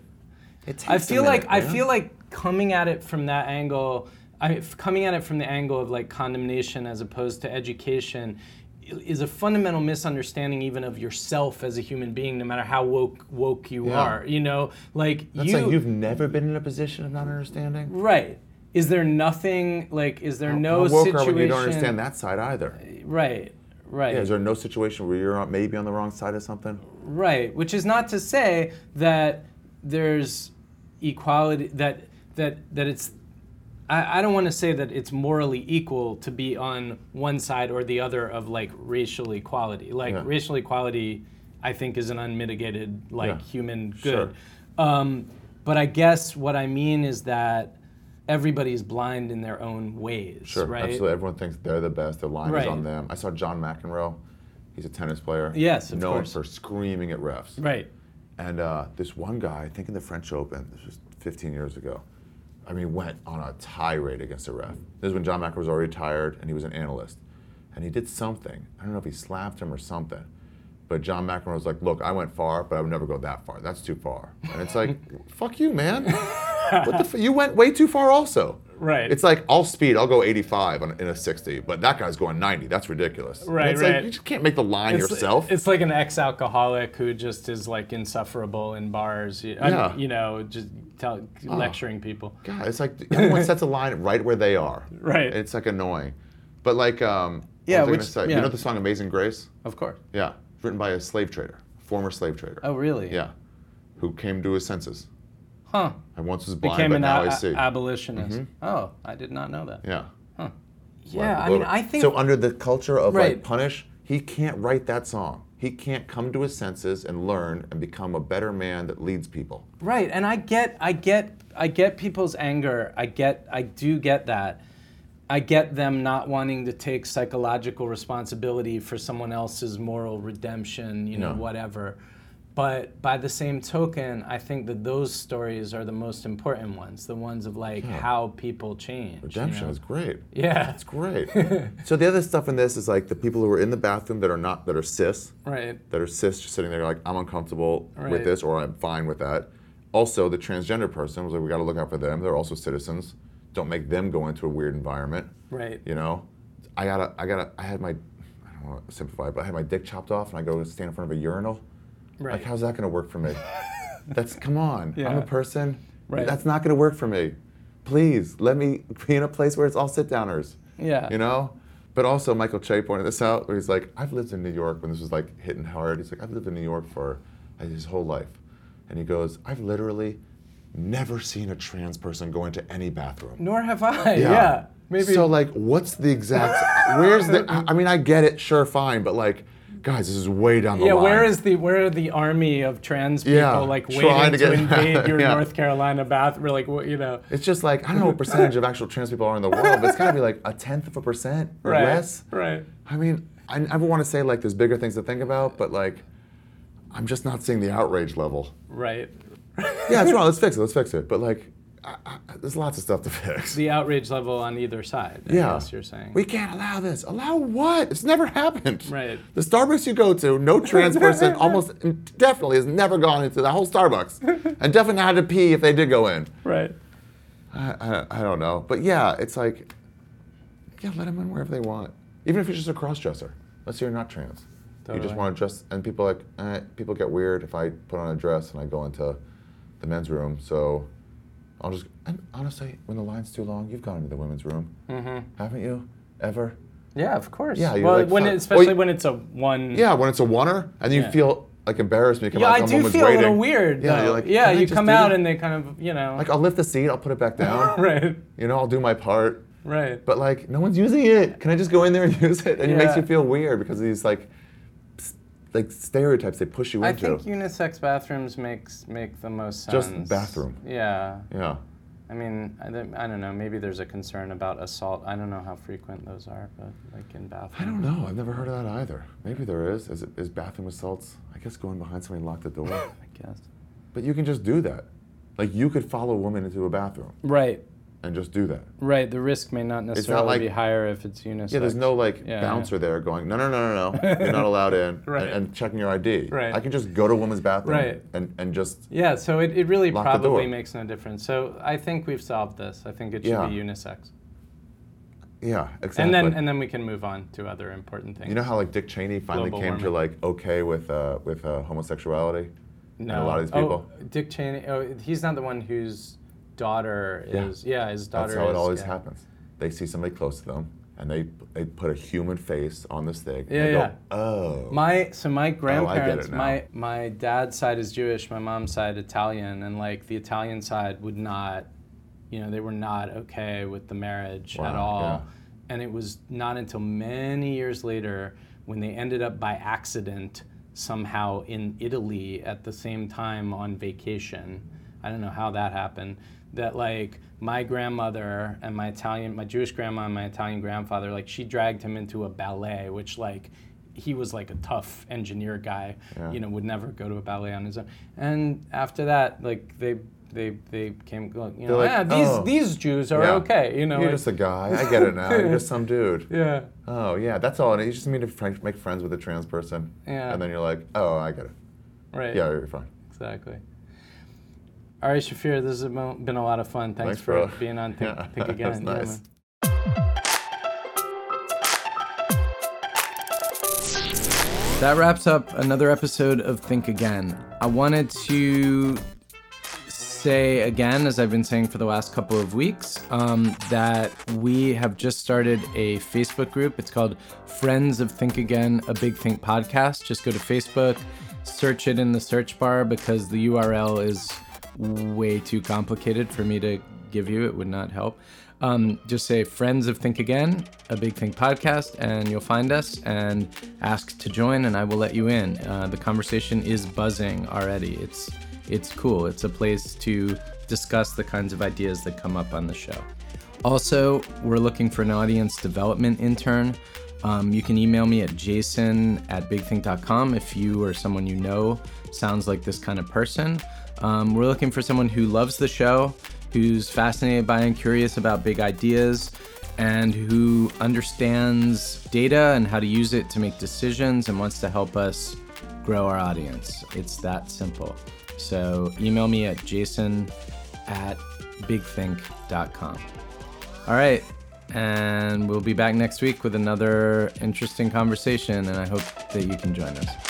Speaker 2: It takes
Speaker 1: I feel
Speaker 2: a minute,
Speaker 1: like I
Speaker 2: man.
Speaker 1: feel like coming at it from that angle, I, f- coming at it from the angle of like condemnation as opposed to education, i- is a fundamental misunderstanding even of yourself as a human being, no matter how woke woke you
Speaker 2: Yeah.
Speaker 1: are. You know, like
Speaker 2: That's
Speaker 1: you.
Speaker 2: like you've never been in a position of not understanding.
Speaker 1: Right. Is there nothing like? Is there no
Speaker 2: How woke are
Speaker 1: situation?
Speaker 2: we? You don't understand that side either.
Speaker 1: Right, right,
Speaker 2: Yeah, is there no situation where you're on, maybe on the wrong side of something?
Speaker 1: right. Which is not to say that there's equality. That that that it's. I, I don't want to say that it's morally equal to be on one side or the other of like racial equality. Like
Speaker 2: Yeah.
Speaker 1: racial equality, I think is an unmitigated like
Speaker 2: Yeah.
Speaker 1: human good.
Speaker 2: Sure.
Speaker 1: Um, but I guess what I mean is that everybody's blind in their own ways,
Speaker 2: Sure,
Speaker 1: right?
Speaker 2: absolutely. Everyone thinks they're the best. The line is
Speaker 1: Right.
Speaker 2: on them. I saw John McEnroe. He's a tennis player.
Speaker 1: Yes, of
Speaker 2: known
Speaker 1: course.
Speaker 2: for screaming at refs.
Speaker 1: Right.
Speaker 2: And uh, this one guy, I think in the French Open, this was 15 years ago, I mean, went on a tirade against a ref. This is when John McEnroe was already tired and he was an analyst. And he did something. I don't know if he slapped him or something. But John McEnroe was like, look, I went far, but I would never go that far. That's too far. And it's like, fuck you, man. What the f- you went way too far also.
Speaker 1: Right.
Speaker 2: It's like, I'll speed, I'll go 85 on, in a 60, but that guy's going 90. That's ridiculous. And
Speaker 1: Right,
Speaker 2: it's
Speaker 1: right.
Speaker 2: like, you just can't make the line
Speaker 1: It's-
Speaker 2: yourself.
Speaker 1: It's like an ex-alcoholic who just is like insufferable in bars. You, I
Speaker 2: Yeah.
Speaker 1: mean, you know, just tell, lecturing people.
Speaker 2: God, it's like everyone sets a line right where they are.
Speaker 1: Right.
Speaker 2: It's like annoying, but like um,
Speaker 1: Yeah,
Speaker 2: yeah, what
Speaker 1: which-
Speaker 2: was I gonna say?
Speaker 1: yeah.
Speaker 2: You know the song "Amazing Grace"?
Speaker 1: Of course.
Speaker 2: Yeah, it's written by a slave trader, former slave trader.
Speaker 1: Oh, really?
Speaker 2: Yeah, who came to his senses.
Speaker 1: Huh.
Speaker 2: I once was blind,
Speaker 1: Became
Speaker 2: but
Speaker 1: an
Speaker 2: now I
Speaker 1: a-
Speaker 2: see. Mm-hmm.
Speaker 1: abolitionist. Oh, I did not know that.
Speaker 2: yeah.
Speaker 1: Yeah,
Speaker 2: Like,
Speaker 1: I mean,
Speaker 2: little-
Speaker 1: I think
Speaker 2: so. Under the culture of
Speaker 1: Right.
Speaker 2: like punish, he can't write that song. He can't come to his senses and learn and become a better man that leads people.
Speaker 1: Right, and I get, I get, I get people's anger. I get, I do get that. I get them not wanting to take psychological responsibility for someone else's moral redemption, you know,
Speaker 2: No.
Speaker 1: whatever. But by the same token, I think that those stories are the most important ones, the ones of like how people change. you
Speaker 2: Redemption
Speaker 1: know?
Speaker 2: is great.
Speaker 1: Yeah.
Speaker 2: It's great. so the other stuff in this is like the people who are in the bathroom that are not that are cis,
Speaker 1: Right.
Speaker 2: that are cis, just sitting there like I'm uncomfortable
Speaker 1: Right.
Speaker 2: with this or I'm fine with that. Also, the transgender person was like, we got to look out for them. They're also citizens. Don't make them go into a weird environment.
Speaker 1: Right.
Speaker 2: You know, I gotta, I gotta, I had my, I don't want to simplify, it, but I had my dick chopped off, and I go stand in front of a urinal.
Speaker 1: Right.
Speaker 2: Like, how's that gonna work for me? That's come on. I'm
Speaker 1: Yeah.
Speaker 2: a person.
Speaker 1: Right.
Speaker 2: That's not gonna work for me. Please let me be in a place where it's all sit downers.
Speaker 1: Yeah.
Speaker 2: You know? But also Michael Che pointed this out where he's like, I've lived in New York when this was like hitting hard. He's like, I've lived in New York for uh, his whole life. And he goes, I've literally never seen a trans person go into any bathroom.
Speaker 1: Nor have I. Yeah. Maybe.
Speaker 2: So like, what's the exact? Where's the? I I mean, I get it, sure, fine, but like, guys, this is way down the
Speaker 1: yeah,
Speaker 2: line.
Speaker 1: where is the where are the army of trans people
Speaker 2: Yeah,
Speaker 1: like
Speaker 2: trying
Speaker 1: waiting to,
Speaker 2: to get-
Speaker 1: invade your
Speaker 2: Yeah.
Speaker 1: North Carolina bathroom? Like wh- you know,
Speaker 2: It's just like I don't know what percentage of actual trans people are in the world, but it's gotta be like a tenth of a percent or
Speaker 1: right?
Speaker 2: less.
Speaker 1: Right.
Speaker 2: I mean, I never want to say like there's bigger things to think about, but like, I'm just not seeing the outrage level.
Speaker 1: Right.
Speaker 2: Yeah, it's wrong. Let's fix it. Let's fix it. But like, I, I, there's lots of stuff to fix.
Speaker 1: The outrage level on either side. I
Speaker 2: Yeah.
Speaker 1: guess you're saying.
Speaker 2: We can't allow this. Allow what? It's never happened.
Speaker 1: Right.
Speaker 2: The Starbucks you go to, no trans person almost definitely has never gone into the whole Starbucks and definitely not had to pee if they did go in.
Speaker 1: right.
Speaker 2: I, I, I don't know. But yeah, it's like, yeah, let them in wherever they want. Even if you're just a cross dresser. Let's say you're not trans. You
Speaker 1: Totally.
Speaker 2: just want to dress, and people like, eh, people get weird if I put on a dress and I go into the men's room. So I'll just, and honestly, when the line's too long, you've gone into the women's room,
Speaker 1: Mm-hmm.
Speaker 2: haven't you? Ever?
Speaker 1: Yeah, of course.
Speaker 2: Yeah, you're
Speaker 1: Well,
Speaker 2: like,
Speaker 1: when
Speaker 2: fuck.
Speaker 1: it- especially
Speaker 2: Well,
Speaker 1: when it's a one.
Speaker 2: Yeah, when it's a oneer, and you
Speaker 1: Yeah.
Speaker 2: feel like embarrassed when you come
Speaker 1: Yeah,
Speaker 2: out.
Speaker 1: I
Speaker 2: and
Speaker 1: do
Speaker 2: someone was
Speaker 1: feel a little
Speaker 2: waiting.
Speaker 1: weird.
Speaker 2: Yeah,
Speaker 1: though.
Speaker 2: you're like,
Speaker 1: yeah,
Speaker 2: "Can I
Speaker 1: you
Speaker 2: just
Speaker 1: come
Speaker 2: do
Speaker 1: out
Speaker 2: this?"
Speaker 1: and they kind of, you know.
Speaker 2: like I'll lift the seat, I'll put it back down.
Speaker 1: right.
Speaker 2: You know, I'll do my part.
Speaker 1: Right.
Speaker 2: But like, no one's using it. Can I just go in there and use it? And it makes
Speaker 1: Yeah.
Speaker 2: you feel weird because of these like, s- like stereotypes they push you
Speaker 1: I
Speaker 2: into.
Speaker 1: think unisex bathrooms makes make the most sense.
Speaker 2: Just bathroom.
Speaker 1: Yeah.
Speaker 2: yeah.
Speaker 1: I mean, I, don't- I don't know. Maybe there's a concern about assault. I don't know how frequent those are, but like in bathrooms.
Speaker 2: I don't know. I've never heard of that either. Maybe there is. Is, it, is bathroom assaults? I guess going behind somebody and lock the door.
Speaker 1: I guess.
Speaker 2: but you can just do that. Like you could follow a woman into a bathroom
Speaker 1: Right.
Speaker 2: and just do that.
Speaker 1: Right. The risk may not necessarily
Speaker 2: like-
Speaker 1: be higher if it's unisex.
Speaker 2: Yeah, there's no like
Speaker 1: Yeah,
Speaker 2: bouncer there going, no, no, no, no, no, you're not allowed in,
Speaker 1: Right.
Speaker 2: and, and checking your ID.
Speaker 1: Right.
Speaker 2: I can just go to a woman's bathroom
Speaker 1: Right.
Speaker 2: and, and just
Speaker 1: Yeah, so it, it really
Speaker 2: Lock the
Speaker 1: probably
Speaker 2: door.
Speaker 1: makes no difference. So I think we've solved this. I think it should
Speaker 2: Yeah.
Speaker 1: be unisex.
Speaker 2: yeah, exactly.
Speaker 1: And then and then we can move on to other important things.
Speaker 2: you know how like Dick Cheney finally
Speaker 1: Global
Speaker 2: came to like okay with uh, with uh, homosexuality.
Speaker 1: no.
Speaker 2: a lot of these
Speaker 1: Oh,
Speaker 2: people.
Speaker 1: Dick Cheney, oh, he's not the one who's daughter
Speaker 2: Yeah.
Speaker 1: is. Yeah, his daughter.
Speaker 2: That's how
Speaker 1: is-
Speaker 2: it always
Speaker 1: yeah.
Speaker 2: happens. They see somebody close to them, and they they put a human face on the stick.
Speaker 1: Yeah,
Speaker 2: and they
Speaker 1: yeah.
Speaker 2: Go, oh,
Speaker 1: My so my grandparents,
Speaker 2: now.
Speaker 1: my my dad's side is Jewish, my mom's side Italian, and like the Italian side would not, you know, they were not okay with the marriage at
Speaker 2: Wow,
Speaker 1: all,
Speaker 2: yeah.
Speaker 1: and it was not until many years later when they ended up by accident somehow in Italy at the same time on vacation. I don't know how that happened. That like my grandmother and my Italian, my Jewish grandma and my Italian grandfather, like she dragged him into a ballet, which like he was like a tough engineer guy,
Speaker 2: Yeah.
Speaker 1: you know, would never go to a ballet on his own. And after that, like they they they came, you know,
Speaker 2: like,
Speaker 1: yeah, these
Speaker 2: "Oh."
Speaker 1: these Jews are
Speaker 2: Yeah.
Speaker 1: okay, you know,
Speaker 2: You're
Speaker 1: like-
Speaker 2: just a guy. I get it now. You're just some dude.
Speaker 1: yeah.
Speaker 2: Oh yeah, that's all. it is. You just need to fr- make friends with a trans person.
Speaker 1: Yeah.
Speaker 2: And then you're like, oh, I get it.
Speaker 1: Right.
Speaker 2: Yeah, you're fine.
Speaker 1: Exactly. All right, Shafir, this has mo- been a lot of fun. Thanks,
Speaker 2: Thanks,
Speaker 1: for
Speaker 2: bro.
Speaker 1: being on Think,
Speaker 2: Yeah,
Speaker 1: Think
Speaker 2: that
Speaker 1: Again.
Speaker 2: was
Speaker 1: Yeah,
Speaker 2: nice.
Speaker 1: man. That wraps up another episode of Think Again. I wanted to say again, as I've been saying for the last couple of weeks, um, that we have just started a Facebook group. It's called Friends of Think Again, a Big Think podcast. Just go to Facebook, search it in the search bar because the URL is way too complicated for me to give you. It would not help. Um, just say Friends of Think Again, a Big Think podcast, and you'll find us and ask to join, and I will let you in. Uh, the conversation is buzzing already. It's it's cool. It's a place to discuss the kinds of ideas that come up on the show. Also, we're looking for an audience development intern. Um, you can email me at jason at bigthink.com if you or someone you know sounds like this kind of person. Um, we're looking for someone who loves the show, who's fascinated by and curious about big ideas, and who understands data and how to use it to make decisions and wants to help us grow our audience. It's that simple. So email me at jason at bigthink.com. All right. And we'll be back next week with another interesting conversation, and I hope that you can join us.